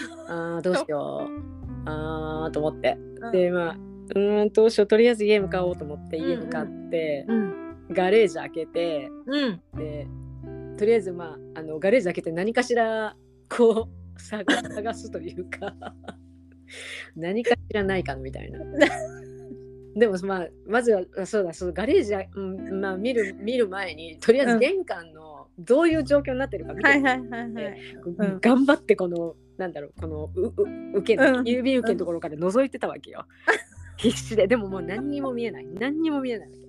あどうしようああと思ってでまあうーんどうしようとりあえず家向かおうと思って
うんうん
家向かって、
うん
ガレージ開けて
うん
でとりあえずまああのガレージ開けて何かしらこう (laughs) 探探すというか (laughs) 何かしらないかなみたいな。でもまあまずはあそうだそのガレージ、うんまあ、見る見る前にとりあえ
う
ず
ん
玄関のどういう状況になってるか見て、
はいはいはいはいうん
頑張ってこのなんだろうこのうう受けの、
うん
郵便受けのところから覗いてたわけよ。必死ででももう何にも見えない何にも見えないわけ。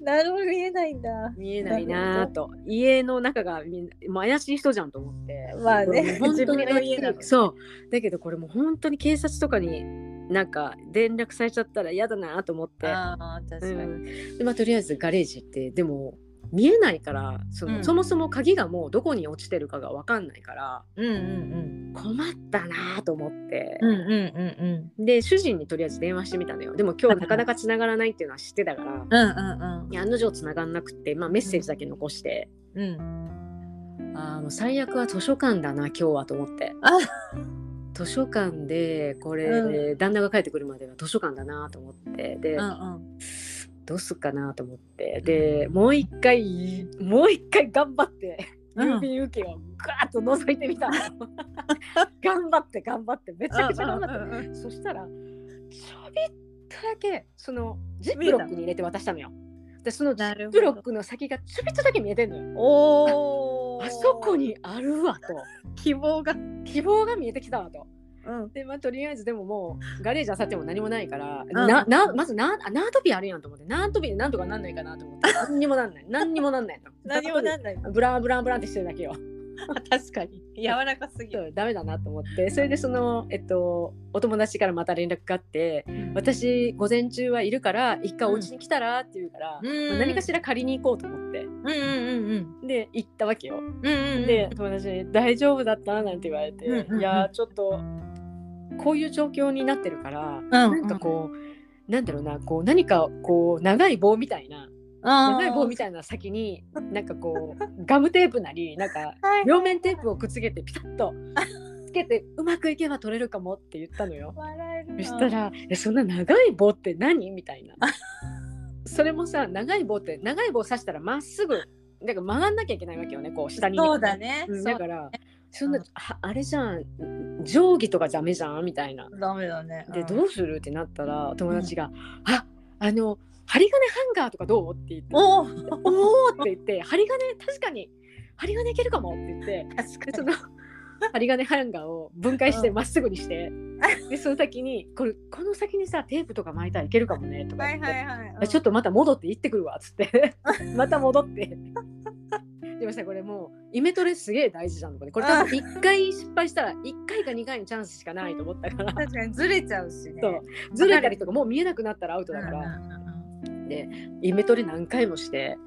なるほど見えないんだ
見えないなぁと家の中がみんなもう怪しい人じゃんと思って
まあね
これもう本
自
当
分
に
の家なの
(laughs) 怪しいそうだけどこれもう本当に警察とかになんか連絡されちゃったら嫌だなぁと思って、
あー確
う
かに
んでまあ、とりあえずガレージ行ってでも見えないからその、
うん
そもそも鍵がもうどこに落ちてるかが分かんないから
うんうん
困ったなぁと思って、
うんうんうんうん
で主人にとりあえず電話してみたのよでも今日なかなか繋がらないっていうのは知ってたから
うんうん
いや案の定繋がんなくて、まあ、メッセージだけ残して。
うんうん
あーもう最悪は図書館だな今日はと思って
あ
図書館でこれ、
う
旦那が帰ってくるまでは図書館だなと思ってで、
うん
どうすっかなと思ってでもう一回もう一回頑張って
うん
郵便受けをガーッと覗いて
(laughs)
みたの頑張って頑張ってめちゃくちゃ頑張って、
うん
そしたらちょびっとだけそのジップロックに入れて渡したのよでそのジ
なる
ッ
ほど
プロックの先がちょびっとだけ見えてんのよ
おお
あそこにあるわと
希望が
希望が見えてきたわと。
うん
でまあとりあえずでももうガレージあさっても何もないから、
ん
ななまずなあ縄跳びあるやんと思って縄跳びでなんとかなんないかなと
(laughs)
思って何にもなんない何にもなんないの
何もなんない
ブランブランブランってしてるだけよ
(laughs) 確かに柔らかすぎ
そ
る
うダメだなと思ってそれでそのえっとお友達からまた連絡があって私午前中はいるから一回お家に来たらって言うから、
うん
まあ何かしら借りに行こうと思って
うんうんうん
で行ったわけよ
うんうん
で友達に「大丈夫だった?」なんて言われて「
うんうんうん
いやーちょっとこういう状況になってるから、
な
なんかこう、なんだろうなこう何かこう長い棒みたいな
うん長
長い棒みたいな先になんかこうガムテープなりなんか
はい
両面テープをくっつけてピタッとつけてうまくいけば取れるかもって言ったのよ。
笑え
そ
る
したら「えそんな長い棒って何?」みたいな。それもさ長い棒って長い棒刺したらまっすぐなんか曲がんなきゃいけないわけよねこう下にね、
そうだね
うん
そ
だ
う
からそん
う
なんああれじゃん定規とかダメじゃんみたいな。
ダメだね
で、
うん
どうするってなったら友達が「ああの針金ハンガーとかどう?」って言って「お
おお
お!」って言って「針金確かに針金いけるかも」って言って
確
で
(laughs)
その針金ハンガーを分解して
うん
まっすぐにしてでその先に「これこの先にさテープとか巻いたらいけるかもね」とか
は
言
い
って
はいはい
あちょっとまた戻って行ってくるわっつって (laughs) また戻ってでもさこれもうイメトレすげえ大事なのこれこれ多分1回失敗したら1回か2回のチャンスしかないと思ったから
確かにずれちゃうしね
そうずれたりとかもう見えなくなったらアウトだか
うん
ら
うん
イメトレ何回もして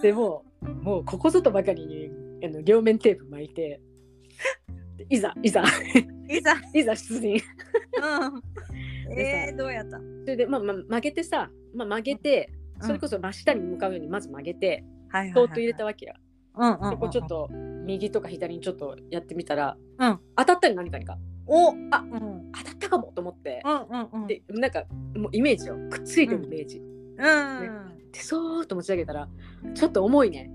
でもうもうここぞとばかりにあの両面テープ巻いてでいざいざ
うんいざ
いざ出陣
うん
で
え
さ
ーどうやった
それで、まあまあ、曲げてさ、まあ、曲げてそれこそ真下に向かうようにまず曲げて
はいはい
そーっと入れたわけよ。
うんうんうん
そこちょっと右とか左にちょっとやってみたら、
うん
当たったり何かにか
お
あ
うんうん
当たったかもと思って、
うんうん
でなんかもうイメージよくっついてるイメージ、
うん
でそーっと持ち上げたらちょっと重いね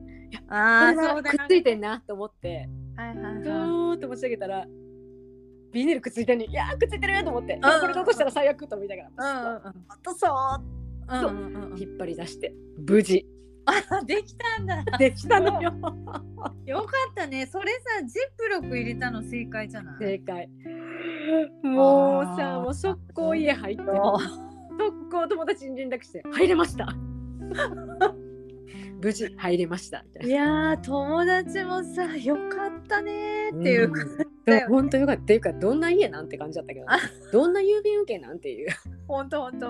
ああ
これは
そうだ
くっついてんなと思って
はいはい
そ
はい
ーっと持ち上げたらビニールくっついてるのにいやーくっついてると思って、
うん
これ残したら最悪と思いながら、
うんうんうんとそう
そう
うんうんうん
引っ張り出して無事
あできたんだ
できたのよ
よかったねそれさジップロック入れたの正解じゃない
正解もう
あ
さ
ー
もう速攻家
(laughs)
入って
そう
速攻友達に連絡して「入れました」無事入れましたみたい
いやー友達もさよかったねー
な
っていう
感
感
じ
じだよね
本当よかったっていうかどんな家なんて感じだったけどね、どんな郵便受けなんていう
ほんとほんと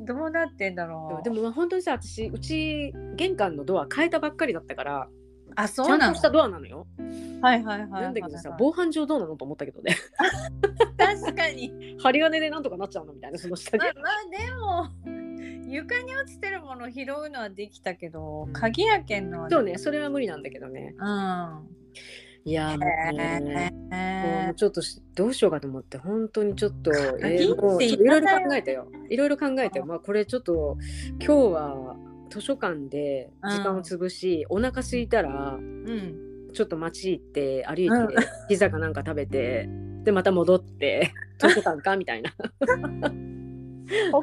どうなってんだろう
でもまあ本当にさ私うち玄関のドア変えたばっかりだったから
あ
ち
そ
ゃ
うんな
と
の
したドアなのよ
はいはいはいはい
なんだけどさ
はい
防犯上どうなのと思ったけどね (laughs)
確かに
針金でなんとかなっちゃうのみたいなその下
ま
で
あまあでも (laughs) 床に落ちてるもの拾うのはできたけど鍵開けんのは
そうねそれは無理なんだけどね
う
いやーもうんねも
へ
うちょっとしどうしようかと思って本当にちょっと、え
いい
ー、
って
もう
言
ち
い
ょ
方
っといろいろ考えたよいろいろ考えたよまあこれちょっと今日は図書館で時間を潰し、お腹空いたら
ーうん
ちょっと街行って歩いて、
うん
ピザかなんか食べてでまた
(laughs)
戻って図書館かみたいな
お金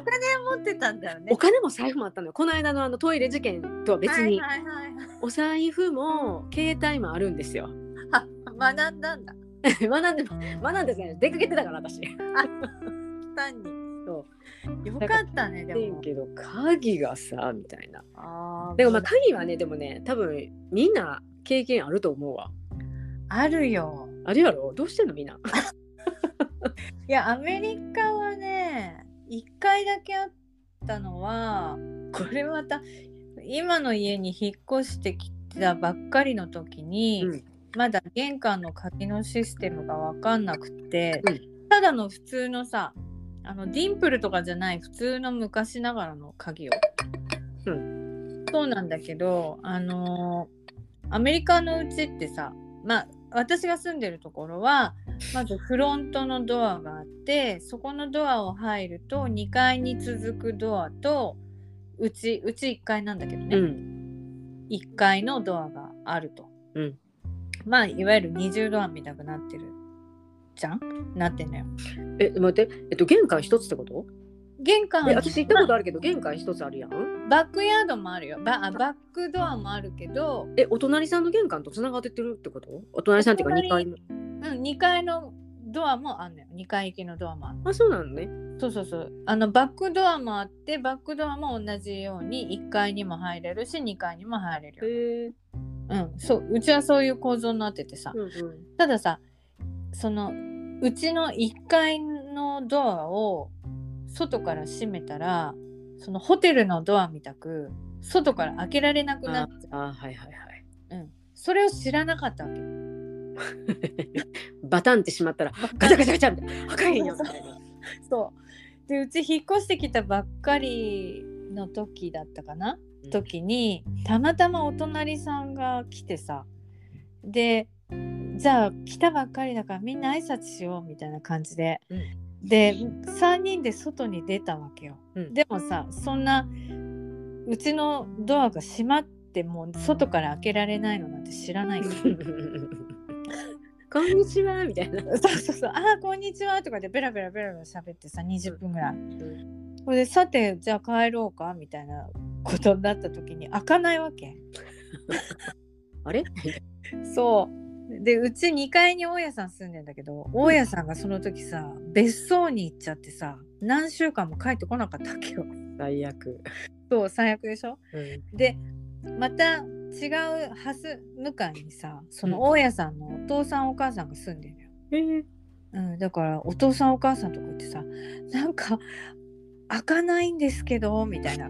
持ってたんだよね
お金も財布もあったのよこの間のあのトイレ事件とは別に、
はいはいはいはい
お財布も携帯もあるんですよ (laughs)
あ (laughs) 学んだんだ
学んで学んでない出かけてたから私
単に
そ
よかったねで
いい
も
けど鍵がさみたいな
あー
でもまあ鍵はねでもね多分みんな経験あると思うわ
あるよ
あるやろどうしてんのみんな
いやアメリカはね1回だけあったのはこれまた今の家に引っ越してきたばっかりの時に、
うん
まだ玄関の鍵のシステムが分かんなくて、
う
ただの普通のさあのディンプルとかじゃない普通の昔ながらの鍵を、
う
そうなんだけどあのーアメリカのうちってさまあ私が住んでるところはまずフロントのドアがあってそこのドアを入ると2階に続くドアとうちうち1階なんだけどね、
うん
1階のドアがあると、
うん
まあいわゆる二重ドアみたくなってるじゃんなってんのよ
え待ってえっと玄関一つってこと
玄関
え私行ったことあるけど玄関一つあるやん
バックヤードもあるよバあバックドアもあるけど、
えお隣さんの玄関とつながってってるってことお隣さんっていうか
お
2階
隣
の
うん、2階のドアもあんのよ2階行きのドアもある
あそうなのね
そうそうそうあのバックドアもあってバックドアも同じように1階にも入れるし2階にも入れるよ、
へえ
うん、そううちはそういう構造になっててさ、
うんうん
たださそのうちの1階のドアを外から閉めたらそのホテルのドアみたく外から開けられなくなっちゃ
あはいはいはい
う、うん、それを知らなかったわけ
バタンってしまったらガチャガチャガチャみたい (laughs) な開かへんよみたいな
そうでうち引っ越してきたばっかりの時だったかな、
うん
時にたまたまお隣さんが来てさでじゃあ来たばっかりだからみんな挨拶しようみたいな感じで、
うん
で3人で外に出たわけよ、
うん
でもさそんなうちのドアが閉まってもう外から開けられないのなんて知らない (laughs) よ
(laughs) こんにちはみたいな
そうそうそう「ああこんにちは」とかでベラベラベラベラ喋ってさ20分ぐらい。それでさてじゃあ帰ろうかみたいなことになった時に開かないわけ
あれ
そうでうち2階に大家さん住んでんだけど大家さんがその時さ別荘に行っちゃってさ何週間も帰ってこなかったわけよ (laughs)
最悪
そう最悪でしょ
うん
でまた違うハス向かいにさその大家さんのお父さんお母さんが住んでるのよ
へえ
うん、だからお父さんお母さんとか言ってさなんか開かないんですけどみ
(laughs)
たいな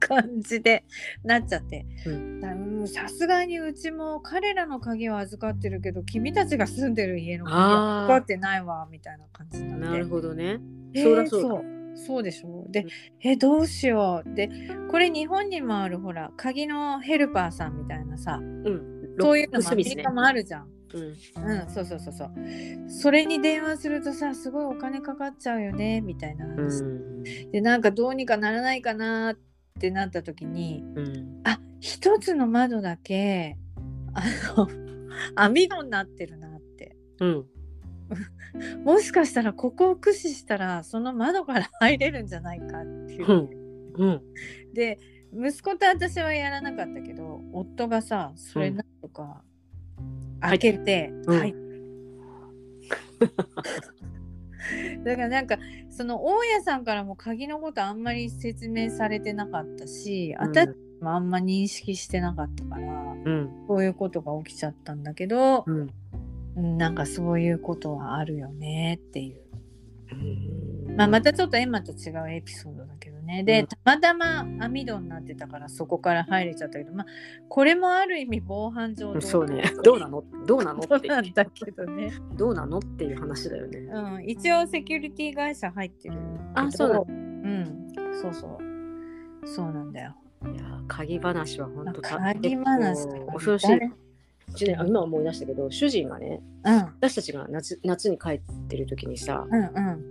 感じでなっちゃって
う
だからうんさすがにうちも彼らの鍵を預かってるけど君たちが住んでる家の鍵は預かってないわみたいな感じになっ
な
て
るほどね
えー
そりゃそうだ
そうそうでしょで、
うん
えどうしようでこれ日本にもあるほら鍵のヘルパーさんみたいなさ
うん
そういうのもア
ス
メ
ミス
リ
ね
カもあるじゃん。
うん
うん、そうそうそうそう。それに電話するとさ、すごいお金かかっちゃうよね、みたいな
う
話。
ん
で、なんかどうにかならないかなってなった時に、
うん
あ、一つの窓だけ、あの、 (laughs) 網戸になってるなって。
うん
もしかしたらここを駆使したら、その窓から入れるんじゃないかっていう。
うん
で、息子と私はやらなかったけど、夫がさ、それなんとか開けて、
うん
はい。だからなんかその大家さんからも鍵のことあんまり説明されてなかったし
うん
私もあんま認識してなかったから、
うん
こういうことが起きちゃったんだけど
う、ん
うんなんかそういうことはあるよねっていう、まあ、またちょっとエマと違うエピソードだけどねで、
うん
たまたま網戸になってたからそこから入れちゃったけど、まあ、これもある意味防犯上
そうねどうな
の
のどうなの
(laughs) そ
っ
う
て
なんだけどね、
どうなのっていう話だよね。
うん、一応セキュリティ会社入ってる
あそうなの
うんそうそうそうなんだよ
いやー鍵話は本当た
鍵話
結構恐ろしい。うちねあ今思い出したけど主人がね
うん
私たちが夏夏に帰ってる時にさ
うんうん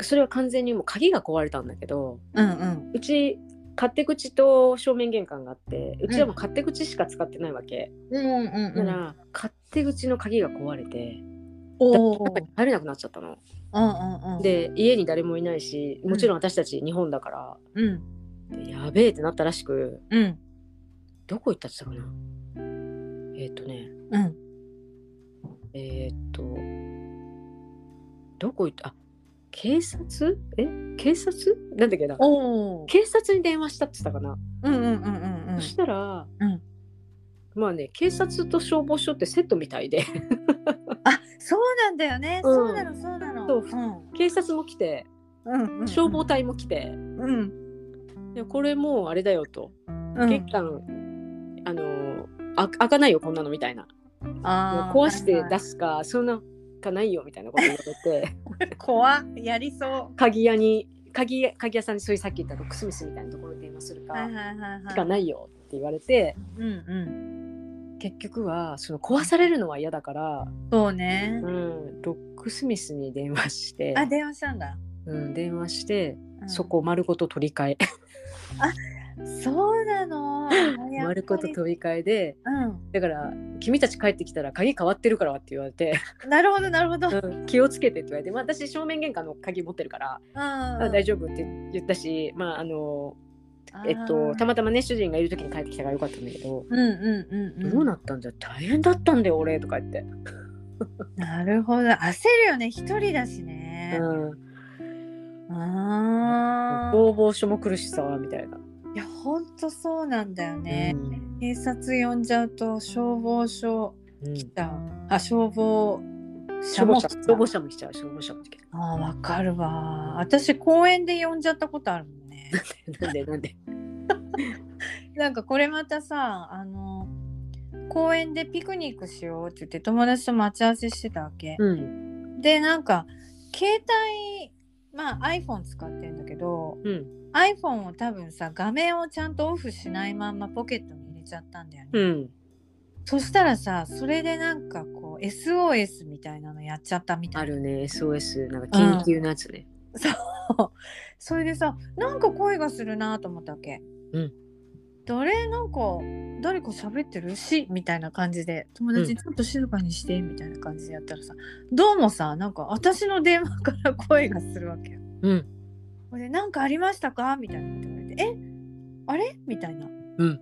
それは完全にもう鍵が壊れたんだけど
うんうん
うち勝手口と正面玄関があってうちはもう勝手口しか使ってないわけ、
うんうんう
だか
ん
ら勝手口の鍵が壊れて
おー
中に入れなくなっちゃったの。
うんうんうん
で家に誰もいないしもちろん私たち日本だから、
うん
でやべえってなったらしく
うん
どこ行ったって言ってたかなえーっ、とね
うん
えーっと、どこ行ったあ警察え警察なんだっけな
おお
警察に電話したって言ったかな、
うんうんうんうん
そしたら、
うん
まあね警察と消防署ってセットみたいで
あそうなんだよね、
うん
そうなのそうなの
そう
うん
警察も来て
うんうん、
消防隊も来て、
うん
でこれもうあれだよと、
うん
玄関あのあ開かないよこんなのみたいな
あー
もう壊して
はいは
出すか、そんなかないよみたいなこと言われ
(laughs)
て
い怖っやりそう
鍵屋に鍵屋鍵屋さんにそういうさっき言ったロックスミスみたいなところに電話するか。
はいはいはい
し
は
かないよって言われて
うんうん
結局はその壊されるのは嫌だから、
そうね
うん、ロックスミスに電話して、
あ電話したんだ、
うん、電話して、
うん
そこを丸ごと取り替え
そうな
(laughs)
の
丸ごと
やっぱ
取り替えで
りう
だから「君たち帰ってきたら鍵変わってるから」って言われて、
んなるほどなるほど、うん
うん気をつけてって言われて、まあ、私正面玄関の鍵持ってるから、あ大丈夫って言ったしまああのえっとたまたまね主人がいる時に帰ってきたからよかったんだけど。
うんうんうんうん
どうなったんじゃ大変だったんだよ俺とか言って、
なるほど焦るよね一人だしね、
うん、
ああ
消防署も来るしさみたいな、
いやほんとそうなんだよね、
うん
警察呼んじゃうと消防署
うん
来た、あ消防
消
車
防
も来
車
た
消防車も来ちゃう消防車も来ちゃ
ああわかるわ私公園で呼んじゃったことあるもんね (laughs)
うなんでなんで
なんかこれまたさあの公園でピクニックしようって言って友達と待ち合わせしてたわけ、
うん
でなんか携帯まあ iPhone 使ってんだけど
うん
iPhone を多分さ画面をちゃんとオフしないまんまポケットに入れちゃったんだよね、
うん
そしたらさそれでなんかこう SOS みたいなのやっちゃったみた
あ
いな
るね SOS なんか緊急のやつね
それでさなんか声がするなと思ったわけ、
うん、
誰なんか誰か喋ってるしみたいな感じで友達
うん
にちょっと静かにしてみたいな感じでやったらさ、どうもさなんか私の電話から声がするわけよ
うん
これなんかありましたかみたいなこと言われて「えあれ?」みたいな「
うん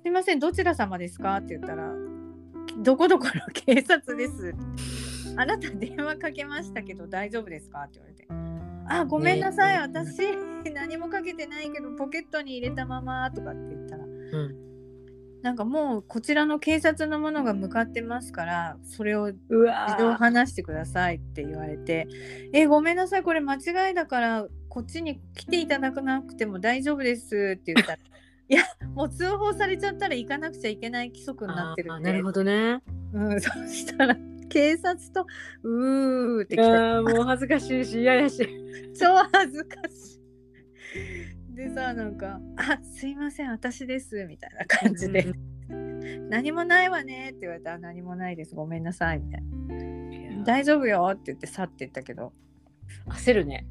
すいませんどちら様ですか?」って言ったら「どこどこの警察です」「あなた電話かけましたけど大丈夫ですか?」って言われて「あごめんなさい、
ね
私何もかけてないけどポケットに入れたまま」とかって言ったら
うん
なんかもうこちらの警察の者が向かってますからそれを
う
自動
わ
話してくださいって言われて「えごめんなさいこれ間違いだからこっちに来ていただかなくても大丈夫です」って言った
(laughs)
ら「いやもう通報されちゃったら行かなくちゃいけない規則になってるんで
なるほどね
うん、そしたら警察と「うー」って来て
あもう恥ずかしいし嫌やし
超恥ずかしい。でさなんか「あすいません私です」みたいな感じで「何もないわね」って言われたら「何もないですごめんなさい」みたいな「大丈夫よ」って言って去ってったけど
焦るね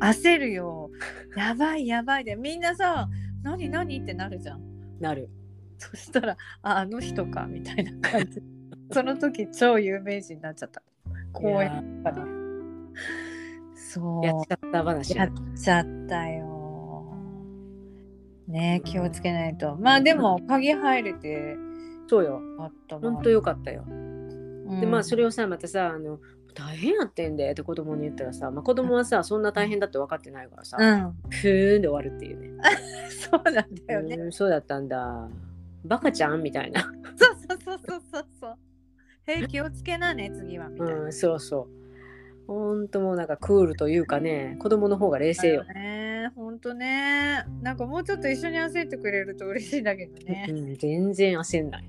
焦る
(laughs)
よやばいやばいでみんなさ「何何?」ってなるじゃん
なる
そしたら「ああの人か」みたいな感
(laughs)
じその時超有名人になっちゃった公園
園
とかでそう
やっちゃった話
やっちゃったよねえ気をつけないとまあでも鍵入れて
そうよ
あったな
本当よかったよ
うん
でまあそれをさまたさあの大変やってんでって子供に言ったらさ、まあ、子供はさそんな大変だって分かってないからさ、
うん、
ふーんで終わるっていうね
そうなんだよね。
うーんそうだったんだバカちゃんみたいな、
そうそうそうそうそうそう。へい気をつけなね次はみたいな。
うん、そうそうほんともうなんかクールというかね子供の方が冷
だ
静よ
よ、ね。本当ね。なんかもうちょっと一緒に焦ってくれると嬉しいんだけど
う
ね。
ん、全然焦んない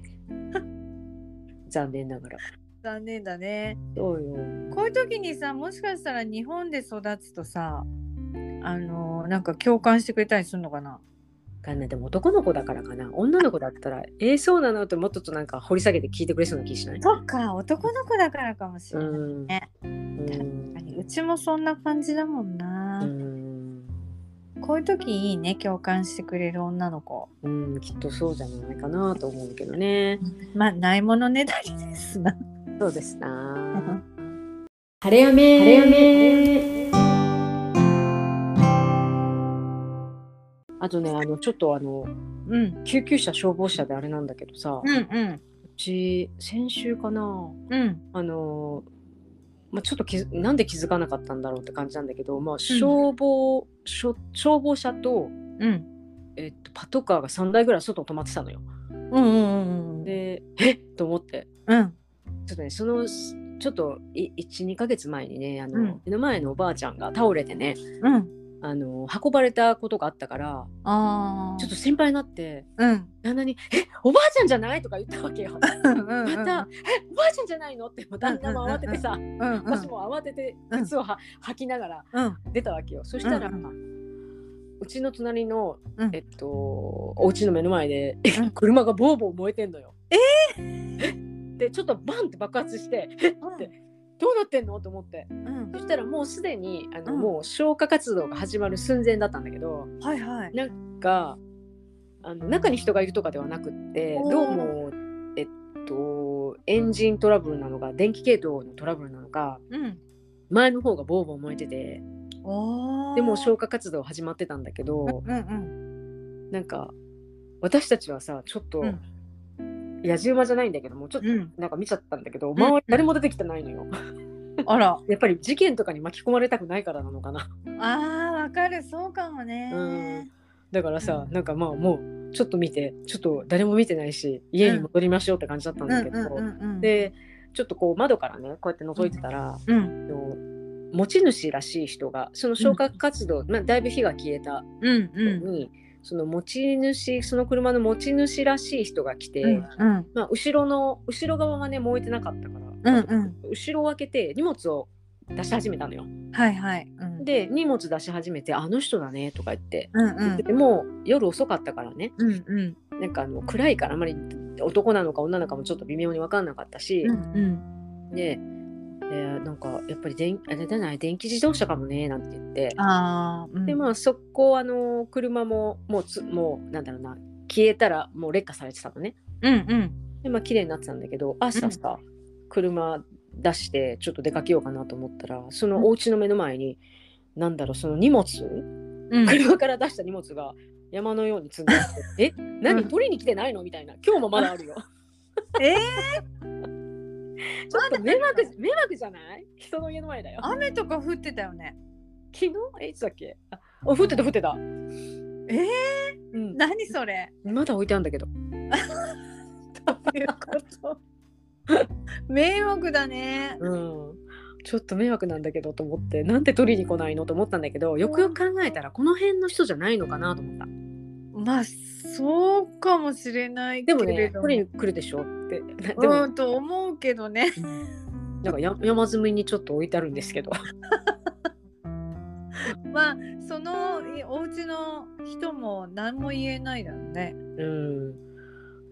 (laughs) 残念ながら
残念だね。
そうよ
こういう時にさ、もしかしたら日本で育つとさ、あのなんか共感してくれたりするのかな。
かんないでも男の子だからかな女の子だったらえー、そうなのってもっとちょっとなんか掘り下げて聞いてくれそうな気しない
そっか、男の子だからかもし
う
れない。
ん、
ね
うん
確かにうちもそんな感じだもんな
う、ん
こういう時いいね共感してくれる女の子
うん、きっとそうじゃないかなと思うけどね。
まあないものねだりですな
そうですな。
晴れ雨
晴れ雨あとね、あの、ちょっとあの、
うん
救急車、消防車であれなんだけどさ、
うんうん
うち、先週かな、
うん
あの、まあ、ちょっと気づなんで気づかなかったんだろうって感じなんだけど、まあ、消防、しょ消防車
う
と、
ん
えっと、パトカーが3台ぐらい外に止まってたのよ。
うんうんうんうん
で、えっと思って、
うん
ちょっとね、その、ちょっと12ヶ月前にねあの、
うん
目の前のおばあちゃんが倒れてね
うん
あの運ばれたことがあったから
ああ
ちょっと心配になって
うん
旦那に「えおばあちゃんじゃない?」とか言ったわけよ。ま
うんうんうん
た「えおばあちゃんじゃないの?」って旦那も慌ててさ
うんうん
私も慌てて靴をは履きながら
うん
出たわけよ。そしたら、
う
うんちの隣の、
うん
えっとお家の目の前で
うん
(laughs) 車がボーボー燃えてんのよ。えでちょっとバンって爆発して「えっ?」ってどうなってんのと思って
うん
そしたらもうすでにあの、
うん
もう消火活動が始まる寸前だったんだけど
はいはい
なんかあの中に人がいるとかではなくって
おー
どうもえっとエンジントラブルなのか電気系統のトラブルなのか
うん
前の方がボーボー燃えてて
おー
でもう消火活動始まってたんだけど
うんうん
なんか私たちはさちょっと、
うん
野じ馬じゃないんだけどもちょっと
うん
なんか見ちゃったんだけど
ん
周り誰も出てきてないのよ。 (laughs)
あら
やっぱり事件とかに巻き込まれたくないからなのかな。
あーわかるそうかもね
うんだからさ、なんかまあもうちょっと見てちょっと誰も見てないし家に戻りましょうって感じだった
うん
んだ
う
け
ん
ど、
うんうん
でちょっとこう窓からねこうやって覗いてたら、
うん
あの持ち主らしい人がその消火活動、まあ、だいぶ火が消えた
うんう
の
ん
に、その持ち主その車の持ち主らしい人が来て、
うんうん
まあ、後ろの後ろ側がね燃えてなかったから、
うん
後ろを開けて荷物を出し始めたのよ。
うんはいはいうん
で荷物出し始めて「あの人だね」とか言って。
うん
言っててもう夜遅かったからね、
うんうん
なんかあの暗いからあまり男なのか女なのかもちょっと微妙に分かんなかったし、
うん
で、えーなんかやっぱり電あれじゃない電気自動車かもねなんて言って
うん、ああ、うん、
でまあそこあの車ももうつもうなんだろうな消えたらもう劣化されてたのね
うんうん
でまあ綺麗になってたんだけど朝さ、車出してちょっと出かけようかなと思ったらそのお家の目の前に、なんだろうその荷物
うん
車から出した荷物が山のように積んであって「え何取りに来てないの?」みたいな今日もまだあるよ。
え
ちょっと迷惑じ迷惑じゃない人の家の前だよ。
雨とか降ってたよね
昨日えいつだっけああ降ってた降ってた。
えー
うん、
何それ
まだ置いてあるんだけど。
迷惑だね
うん、ちょっと迷惑なんだけどと思ってなんで取りに来ないのと思ったんだけどよくよく考えたらこの辺の人じゃないのかなと思った。
まあそうかもしれないけれ
でも
ど
ね取りに来るでしょって。 (laughs) なでも
うんと思うけどね
なんかや山積みにちょっと置いてあるんですけど。
(laughs) まあそのいお家の人も何も言えないだろうね、
うん、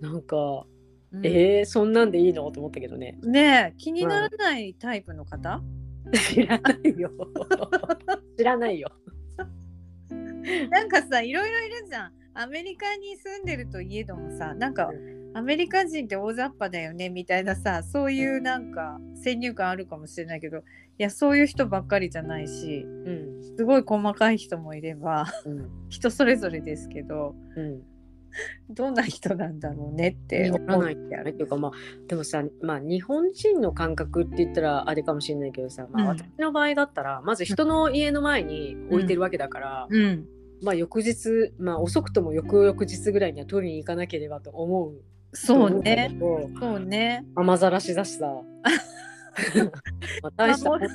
なんか、
うん
えー、そんなんでいいのと思ったけどね (laughs)
ねえ気にならないタイプの方、
知らないよ (laughs) 知らないよ
なんかさいろいろいるじゃんアメリカに住んでるといえどもさなんか
う
アメリカ人って大雑把だよねみたいなさそういうなんか先入観あるかもしれないけどいやそういう人ばっかりじゃないし
うん
すごい細かい人もいれば (laughs)
うん
人それぞれですけど
うん
どんな人なんだろうねって
になら
思
な
う
い
時あ
あ
る
れっていうかまあでもさ、まあ、日本人の感覚って言ったらあれかもしれないけどさ、まあ、
うん
私の場合だったらまず人の家の前に置いてるわけだから、
うん
まあ、翌日、まあ、遅くとも翌々日ぐらいには取りに行かなければと思う
そうね
と思うんだけど
そうね
雨ざらしだし
(laughs)
さまあ大した
守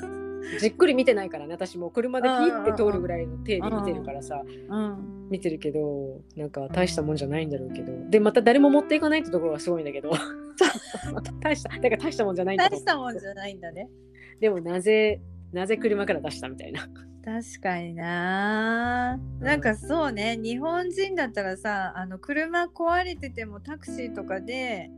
じっくり見てないからね私も車でピッて通るぐらいの手で見てるからさ
うん
見てるけどなんか大したもんじゃないんだろうけどでまた誰も持っていかないってところがすごいんだけど (laughs) 大しただから大したもんじゃないんだ
大
けど
したもんじゃないんだね
でもなぜなぜ車から出したみたいな
確かにななんかそうね日本人だったらさあの車壊れててもタクシーとかで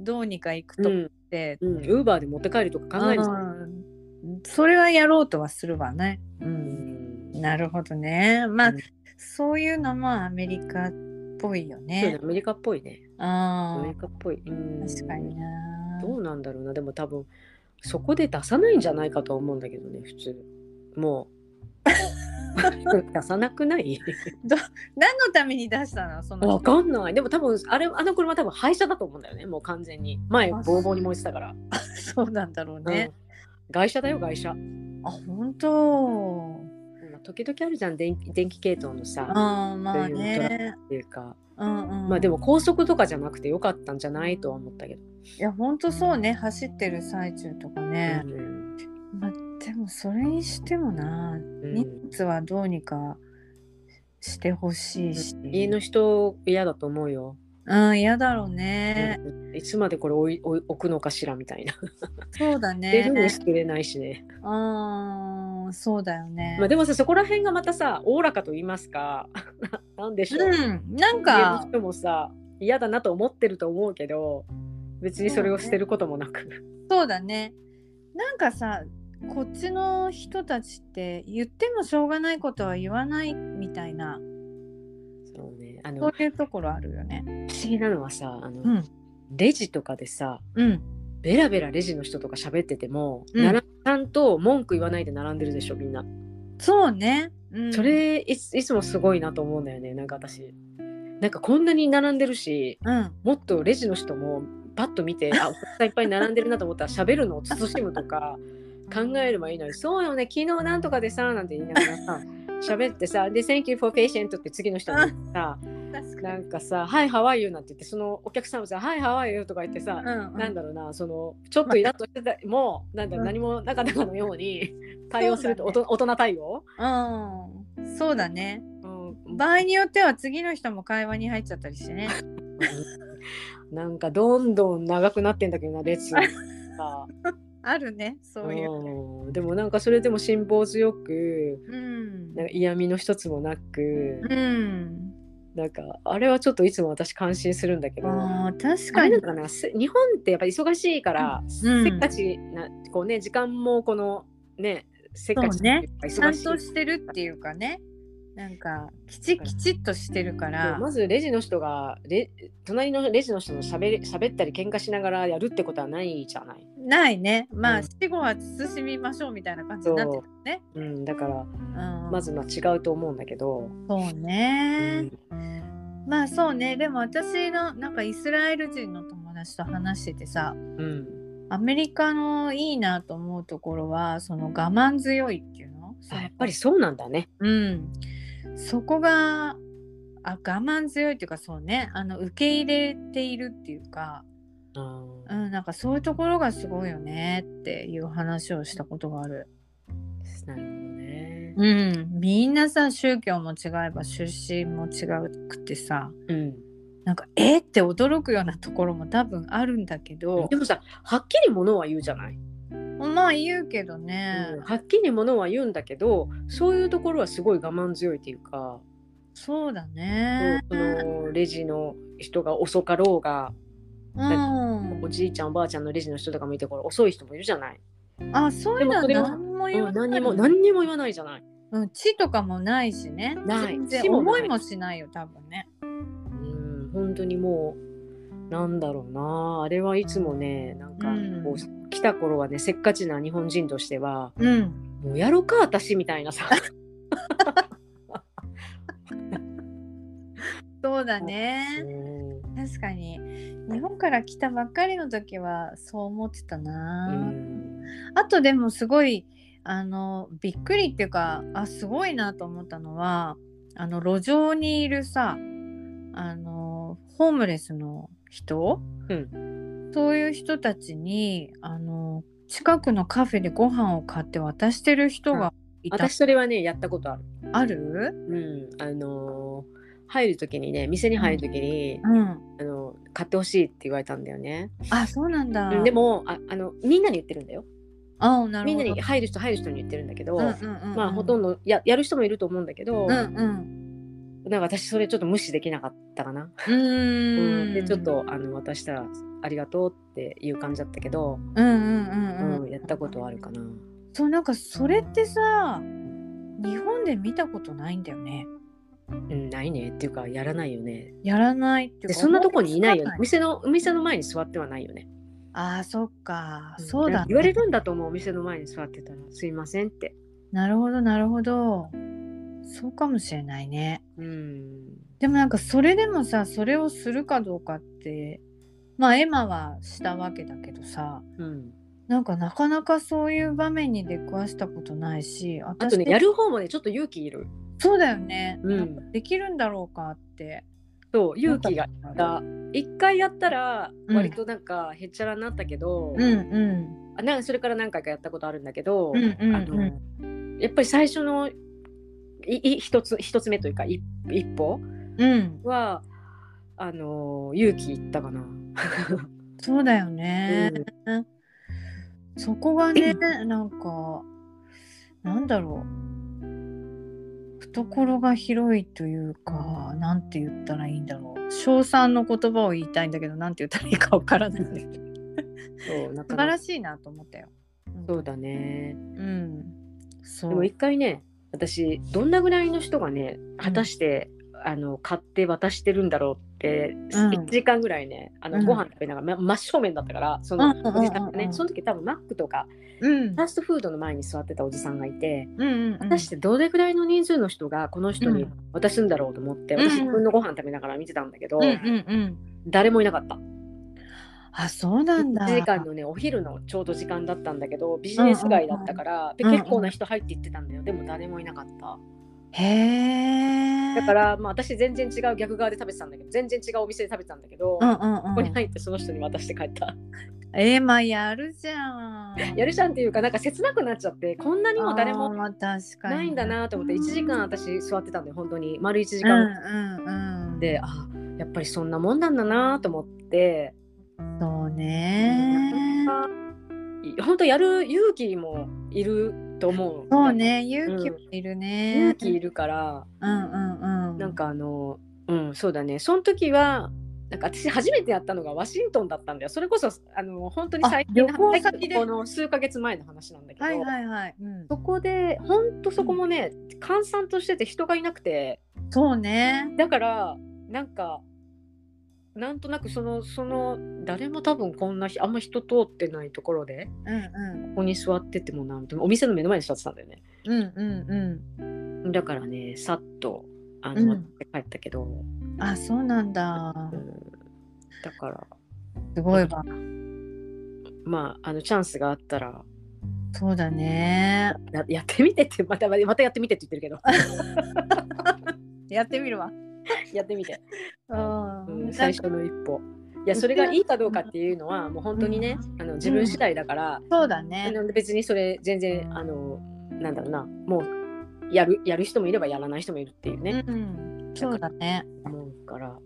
どうにか行く
う
と思っ
ん
て、
うんウーバーで持って帰るとか考えるじゃん
うんそれはやろうとはするわね。う、
うんん
なるほどね。まあ、
うん
そういうのもアメリカっぽいよ
そうだ
ね。
アメリカっぽいねア
あ
メリカっぽいうん
あ確かにな。
どうなんだろうなでも多分そこで出さないんじゃないかとは思うんだけどね普通も (laughs) う出さなくない
何のために出したのその
わかんないでも多分あれあの車多分廃車だと思うんだよねもう完全に前ボーボーに燃えてたから、
(laughs) そうなんだろうね
ね。外車だよ外車、
あ本当。
まあ時々あるじゃん電気電気系統のさ
ああまあね。
っていうか
うんうん。
まあで
も
も高速とかじゃなくてよかったんじゃないとは思ったけど、
いや本当そうね走ってる最中とかね。
うん
まあでもそれにしてもな
うん
荷物はどうにかしてほしいし。
家の人嫌だと思うよ、
うん嫌だろうね。
うんいつまでこれ置い置い置くのかしらみたいな
そうだ
(laughs) 出るに
ね。
してれないしね。
ああ、そうだよね。
まあ、でもさそこら辺がまたさおおらかと言いますか (laughs) なんでしょう、
うん、なん
家の
か、
人もさ嫌だなと思ってると思うけど別にそれを捨てることもなく。
そうだね。なんかさ、こっちの人たちって言ってもしょうがないことは言わないみたいな、
そうねあの
そういうところあるよね。
不思議なのはさあの、
うん、
レジとかでさ
うん、
ベラベラレジの人とか喋ってても、
うん
ならちゃんと文句言わないで並んでるでしょみんな。
そうね。うん、
そ、れいついつもすごいなと思うんだよねなんか私。なんかこんなに並んでるし
うん、
もっとレジの人もパッと見てあお客さんいっぱい並んでるなと思ったら喋るのを慎むとか考えればいいのにそうよね昨日なんとかでさなんて言いながらさ喋ってさで「Thank you for patient」って次の人にさ
確か
なんかさ「はい how are you」なんて言ってそのお客さんもさ「はい how are you」とか言ってさ、
に。うん、
なんだろうなそのちょっとイラッとしてたもうなんだろ
う
う
ん
何もなかったかのように対応すると、
そうだ
大人大人対応、
うん、うん、そうだね。
うん
場合によっては次の人も会話に入っちゃったり
(laughs)
してね。
なんかどんどん長くなってんだけどな列がさ。
あるね、そういう。
うんでもなんかそれでも辛抱強く
うん
なん。か嫌味の一つもなく、
うん。
なんかあれはちょっといつも私感心するんだけど、
ああ、確
あ
か
れな
に
の。かなせ日本ってやっぱ忙しいから、
うん
せっかちなこうね時間もこのねせっかち
そうね
っていう
ち
か
ゃ
忙
ん
しい
としてるっていうかねなんかきちきちっとしてるから、
まずレジの人がレ隣のレジの人のしゃべり喋ったり喧嘩しながらやるってことはないじゃない、
ないねまあ、
うん
死後は慎みましょうみたいな感じになってるね、
うん、だから
うん、
まずまあ違うと思うんだけど、
そう
う
ね
ん、
まあそうねでも私のなんかイスラエル人の友達と話しててさ
うん、
アメリカのいいなと思うところはその我慢強いっていうのそ
あ
の
やっぱりそうなんだね
うん、そこがあ我慢強いっていうかそうねあの受け入れているっていうか、
うん
うん、なんかそういうところがすごいよねっていう話をしたことがある。
なるほどね。
うん、みんなさ宗教も違えば出身も違うくてさ
うん、
なんかえっって驚くようなところも多分あるんだけど
でもさはっきりものは言うじゃない、
まあ言うけどね、
うんはっきりものは言うんだけどそういうところはすごい我慢強いっていうか、
そうだね。
そのレジの人が遅かろうが、
うん
お、じいちゃんおばあちゃんのレジの人とか見てこれ遅い人もいるじゃない、
あそういうのは
でもそれは
何も言
う
わ
ん、
ない、
何も何にも言わないじゃない、
うん、血とかもないしね。
ない
全然
血もない
思いもしないよ、多分ね。
うん、本当にもうなんだろうなあれはいつもねなんか
うん
こう、来た頃はねせっかちな日本人としては
うん。
もうやろか私みたいなさ
そうそうだ
(laughs)
ね。確かに日本から来たばっかりの時はそう思ってた
う
な、
ん
あとでもすごいあのびっくりっていうかあすごいなと思ったのはあの路上にいるさあのホームレスの人、
う
そういう人たちにあの近くのカフェでご飯を買って渡してる人がいた、
私それはねやったことある。
ある、
うん、あのー入る時にね店に入る時に、
うん、
あの買ってほしいって言われたんだよね。
あそうなんだ、
うんでもああのみんなに言ってるんだよ。
あなる
みん
ほ
な
ど
に入る人入る人に言ってるんだけど、ま
ま
あほとんどややる人もいると思うんだけど、
うんうん
なんか私それちょっと無視できなかったかな。
うーん
でちょっとあの渡したらありがとうっていう感じだったけど、
うんうんうんうん、
うん、やったことはあるかな。
そうなんかそれってさ日本で見たことないんだよね
うん、ないねっていうかやらないよね。
やらないっていうか
でそんなとこにいないよね
思。つか
店のお店の前に座ってはないよね。
ないあーそっかそうだ、ね、
言われるんだと思うお店の前に座ってたらすいませんって。
なるほどなるほどそうかもしれないね
うん。
でもなんかそれでもさそれをするかどうかってまあエマはしたわけだけどさ
うん、
なんかなかなかそういう場面に出くわしたことないし
あ
私
とねやる方もねちょっと勇気いる。
そうだよね、
うん
なんかできるんだろうかって
そう勇気がい
なんか
った。一回やったら
うん
割となんかへっちゃらになったけど、
うんうん
あなんかそれから何回かやったことあるんだけど、
うんうんうん
あのやっぱり最初のいい一つ一つ目というか一一歩
うん、
はあの勇気いったかな。
そうだよね。そこがね、なんか、なんだろう。懐が広いというか、なんて言ったらいいんだろう。称賛の言葉を言いたいんだけど、なんて言ったらいいかわからないん
(laughs)
だけど。
そ
素
うなかな
晴
から
しいなと思ったよ。
そうだね。
うん。そ
でも
う。
一回ね私どんなぐらいの人がね果たして、あの買って渡してるんだろうって、
うん
1時間ぐらいねあ
う
の
ん
ご飯食べながら、ま真正面だったからそ
うん
の
うんうんうん
おじさんがね、その時多分マックとか
うん
ファ。ーストフードの前に座ってたおじさんがいて、
うん。
果たしてどれぐらいの人数の人がこの人に
うん
渡すんだろうと思って、
うん
私自分のご飯食べながら見てたんだけど、
うんうんうん。
誰もいなかった
あ、そうなんだ。
1時間のねお昼のちょうど時間だったんだけどビジネス街だったから、で
うんうん
結構な人入って行ってたんだよでも誰もいなかった
へえ。
だから、まあ、私全然違う逆側で食べてたんだけど全然違うお店で食べてたんだけど、
うん
こ
うん
こ
う
に
ん。
入ってその人に渡して帰った。
えー、まあやるじゃん。
やるじゃんっていうかなんか切なくなっちゃってこんなにも誰
あー
も
まあ確かに
ないんだなと思って1時間私座ってたんで本当に丸1時
う
間
んうんうん
で、あやっぱりそんなもんなんだなと思って、
そうね
い本当やる勇気もいると思う。
そうね勇気もいるね、
勇気いるから、
うんうんうん
なんかあのうんそうだねその時はなんか私初めてやったのがワシントンだったんだよそれこそあの本当に最近
あ旅行先で
最近この数ヶ月前の話なんだけど、
はいはいはい、うん、
そこで本当そこもね閑散としてて人がいなくて
そうね
だからなんかなんとなくそのその誰も多分こんなひあんま人通ってないところで
うんう
ここに座っててもなんともお店の目の前に座ってたんだよね
んうんうん
だからねさっと
う
あ
ん
の、帰ったけど、
うんあそうなんだ
うんだから
すごいわ
まああのチャンスがあったら
そうだね
ややってみてってまたまたまたやってみてって言ってるけ
やってみるわ
ど (laughs) やってみて、
うん
うん最初の一歩いやそれがいいかどうかっていうのはもう本当にね、あの自分次第だから、
そうだ
あ
ね
の別にそれ全然あのなんだろうなもうやるやる人もいればやらない人もいるっていう
う
ね、
んそうだね
思うから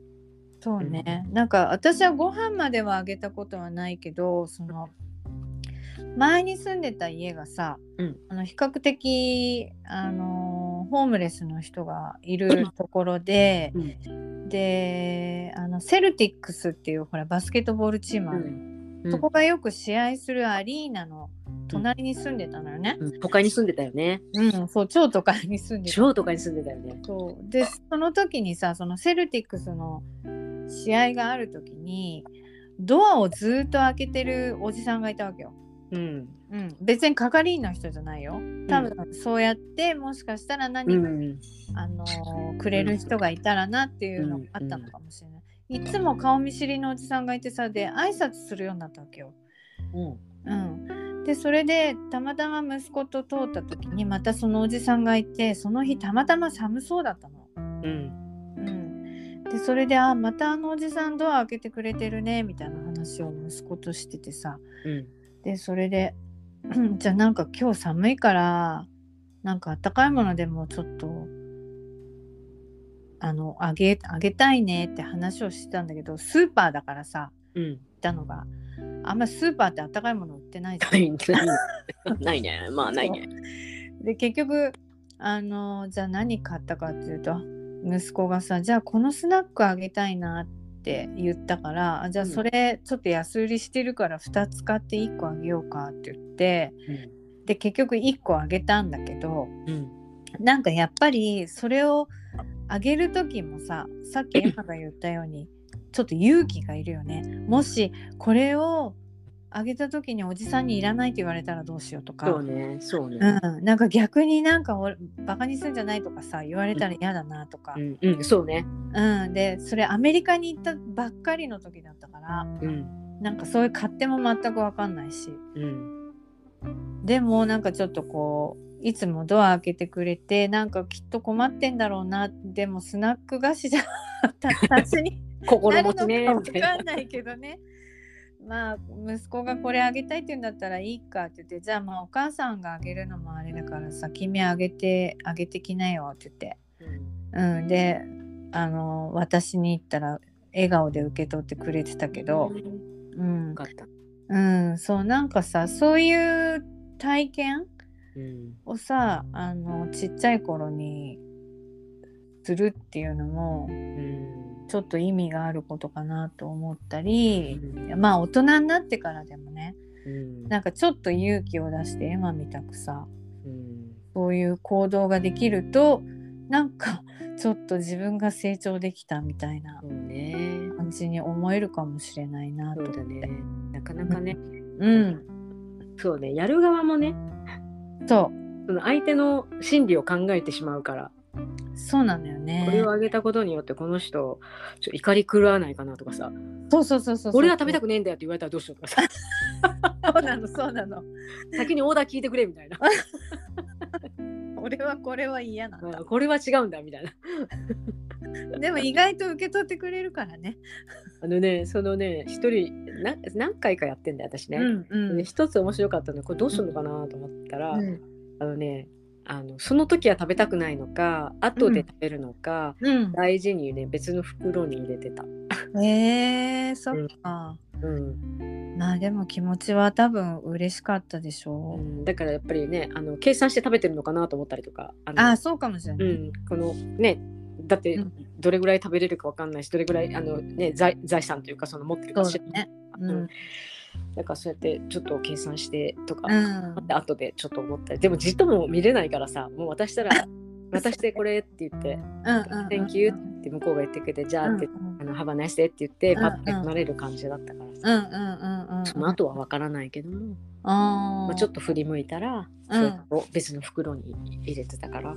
そうね、なんか私はご飯まではあげたことはないけどその前に住んでた家がさ、
うん
あの比較的あのーホームレスの人がいるところで、であのセルティックスっていうほらバスケットボールチームあ
う
る、
んうん
そこがよく試合するアリーナの隣に住んでたのよね。
うん都会に住んでたよね
うん、そう超都会に住んでた
超都会に住んでたよね
そうでその時にさそのセルティックスの試合がある時にドアをずーっと開けてるおじさんがいたわけよ。
ううん
うん、別に係員の人じゃないよ多分そうやってもしかしたら何
う
か、
ん
あのーくれる人がいたらなっていうのがあったのかもしれない、いつも顔見知りのおじさんがいてさで挨拶するようになったわけよ、
うん
うん、でそれでたまたま息子と通った時にまたそのおじさんがいてその日たまたま寒そうだったの、
うん
うん、でそれで「あまたあのおじさんドア開けてくれてるね」みたいな話を息子としててさ
うん
でそれで (clears throat) 「じゃあなんか今日寒いからなんかあったかいものでもちょっとあのあげあげたいね」って話をしてたんだけどスーパーだからさ
うん (laughs)
行ったのがあんまスーパーってあったかいもの売ってないじゃん
な。いないねまあないね
で結局あのじゃあ何買ったかっていうと息子がさじゃあこのスナックあげたいなって言ったからあじゃあ
うん
それちょっと安売りしてるから2つ買って1個あげようかって言ってで結局1個あげたんだけど
うん
なんかやっぱりそれをあげる時もささっきエマが言ったようにちょっと勇気がいるよねもしこれをあげた時におじさんにいらないって言われたらどうしようとか。
そうねそうね
うん、なんか逆になんか俺バカにするんじゃないとかさ言われたら嫌だなとか
う、んうんそうね
うんでそれアメリカに行ったばっかりの時だったから
うん
なんかそういう勝手も全く分かんないし
うん
でもなんかちょっとこういつもドア開けてくれてなんかきっと困ってんだろうなでもスナック菓子 (laughs) じゃ達に
心
なるの
持ち
か
ねみたい
分
な
かんないけどね。 (laughs) まあ息子がこれあげたいって言うんだったらいいかって言ってじゃあまあお母さんがあげるのもあれだからさ君あげてあげてきなよって言って、うん、であの私に言ったら笑顔で受け取ってくれてたけど、
よ
うん
かった
うん、そうなんかさそういう体験
うん
をさあのちっちゃい頃にするっていうのも
うん
ちょっと意味があることかなと思ったり、
うん
まあ大人になってからでもね
うん
なんかちょっと勇気を出してエマみたくさ
うん
そういう行動ができるとなんかちょっと自分が成長できたみたいな
そうね
感じに思えるかもしれないなと
そう
思って
だねなかなかね
うん
そうねやる側もね
そ
その相手の心理を考えてしまうから
うそうなのよね
これをあげたことによってこの人ちょ怒り狂わないかなとかさ
そうそうそうそうそう
俺は食べたくねえんだよって言われたらどうしようとかさ
そうなのそうなの
先にオーダー聞いてくれみたいな
俺はこれは嫌なんだ
うんこれは違うんだみたいな
でも意外と受け取ってくれるからね
あのねそのね一人な何回かやってんだよ私ね、
うんうん
で一つ面白かったのはこれどうするのかなと思ったら、
うん
あのねあのその時は食べたくないのか後で食べるのか、
う
大事にね別の袋に入れてた、
んへえー、そっか、
うん
まあでも気持ちは多分嬉しかったでし
う
ょう、
んだからやっぱりねあの計算して食べてるのかなと思ったりとかあの
ああそうかもしれな
う
い、
ん、このねだって
うん
どれぐらい食べれるかわかんないしどれぐらいあの、ね、財財産というかその持ってるか
そう
し
だ
ら
ねう
うん
ん
だからそうやってちょっと計算してとか、
うん
で後でちょっと思ったりでもじっとも見れないからさもう渡し
(laughs)
たら渡してこれって言って
うん
「
うん
Thank you」って向こうが言ってくれて「じゃあ」って「あの幅なして」って言ってパッて離れる感じだったから
うんう
さ、
んうんうん
その後はわからないけども、
あ
まあ、
あ
ちょっと振り向いたら、
うん
それを別の袋に入れてたからあ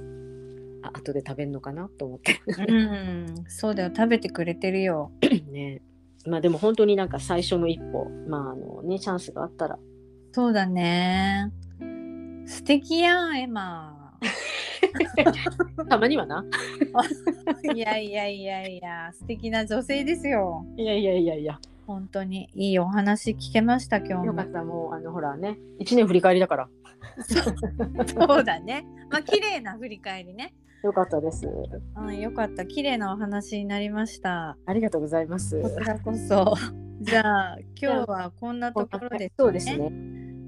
後で食べるのかなと思って。
うんそうだよ食べてくれてるよ
(laughs) ねまあでも本当になんか最初の一歩まああのねチャンスがあったら
そうだね素敵やんエ
(laughs)
マ
たまにはな
いやいやいやいや素敵な女性ですよ
(laughs) いやいやいやいや
本当にいいお話聞けました今日
よか
も
ったもうあのほらね1年振り返りだから
そうだねまあ綺麗な振り返りね
よかったです
うん、よかった。綺麗なお話になりました。
ありがとうございます
こちらこそ。じゃあ、今日はこんなところです、
そうです。ね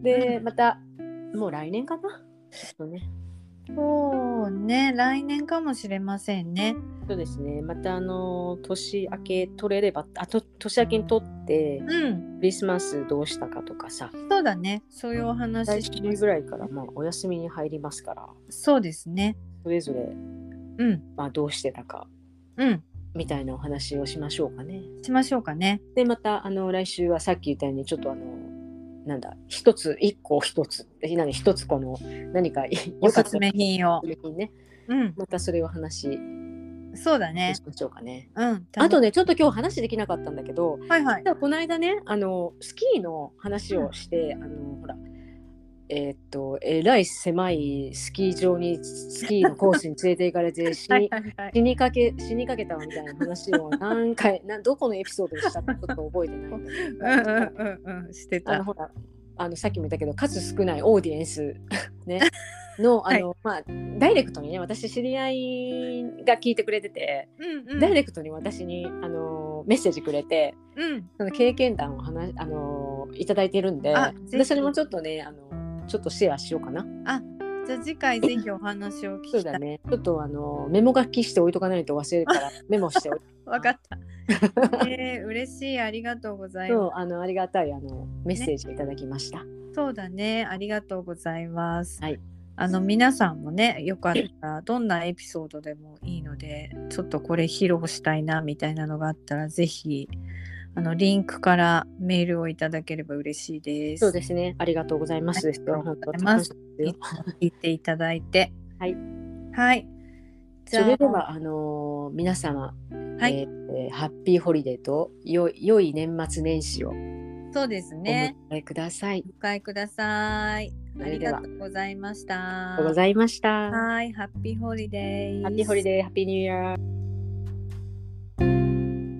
で、
うん
またもう来年かなそうね
そうね、来年かもしれませんね。
そうですねまたあの年明け取れればあと年明けにとって
うん、
クリスマスどうしたかとかさ
そうだね。そういうお話
来
し
週
ます
ぐらいからまあお休みに入りますから
そうですね。
それぞれ、
うん、
まあ、どうしてたか
うん、
みたいなお話をしましょうかね。
しましょうかね。
でまたあの来週はさっき言ったようにちょっとあのなんだ一つ一個一つえ何一つこの何か
お
よ
す
かった
すめ品を
お。すすめ品ね
うん、
またそれを話し
そうだね
し。ましょうかね。
うん。
あと
ね、
ねちょっと今日話できなかったんだけど
はいはい。
実はこの間ねあのスキーの話をして、あのほらえーっとえらい狭いスキー場にスキーのコースに連れて行かれて死
はい
に
はいはい。
死にかけ死にかけたわみたいな話を何回 (laughs) などこのエピソードでしたかちょっと覚えてないんだけ
う
ど
んうんうんうん、して
あ
(laughs) た
の。ほらあのさっきも言ったけど数少ないオーディエンス、
(laughs)
ね、のあ
はい
の、まあ、ダイレクトにね私知り合いが聞いてくれてて、
うんうん。
ダイレクトに私にあのメッセージくれて
うん。
その経験談を話あのいただいてるんで
あぜ
で
ひ
それもちょっとねあのちょっとシェアしようかな
じゃあ次回ぜひお話を聞
そう
きた
だ
い。
ねちょっとあのメモ書きして置いとかないと忘れるから
(laughs)
メモしておいて
わかった。えー、嬉しい。ありがとうございます。
そうあのありがたいあのメッセージをいただきました、
そうだね。ありがとうございます。
はい。
あの皆さんもね、よかったらどんなエピソードでもいいので、ちょっとこれ披露したいなみたいなのがあったらぜひあのリンクからメールをいただければ嬉しいです。
そうですねありがとうございますです
ありが
本
とう
当
ございます
楽しいですよ
聞いていただいて。
はい。
はい。じ
そ
ゃあ
れではあの皆様、
はい
えーハッピーホリデーとよ良い年末年始をお
そうです
迎
ね。
えください、
お迎えください。あ
それ
り
では
がとうございました。
ありがとうございました
はい。ハッピーホリデー。
ハッピーホリデーハッピーニューイヤー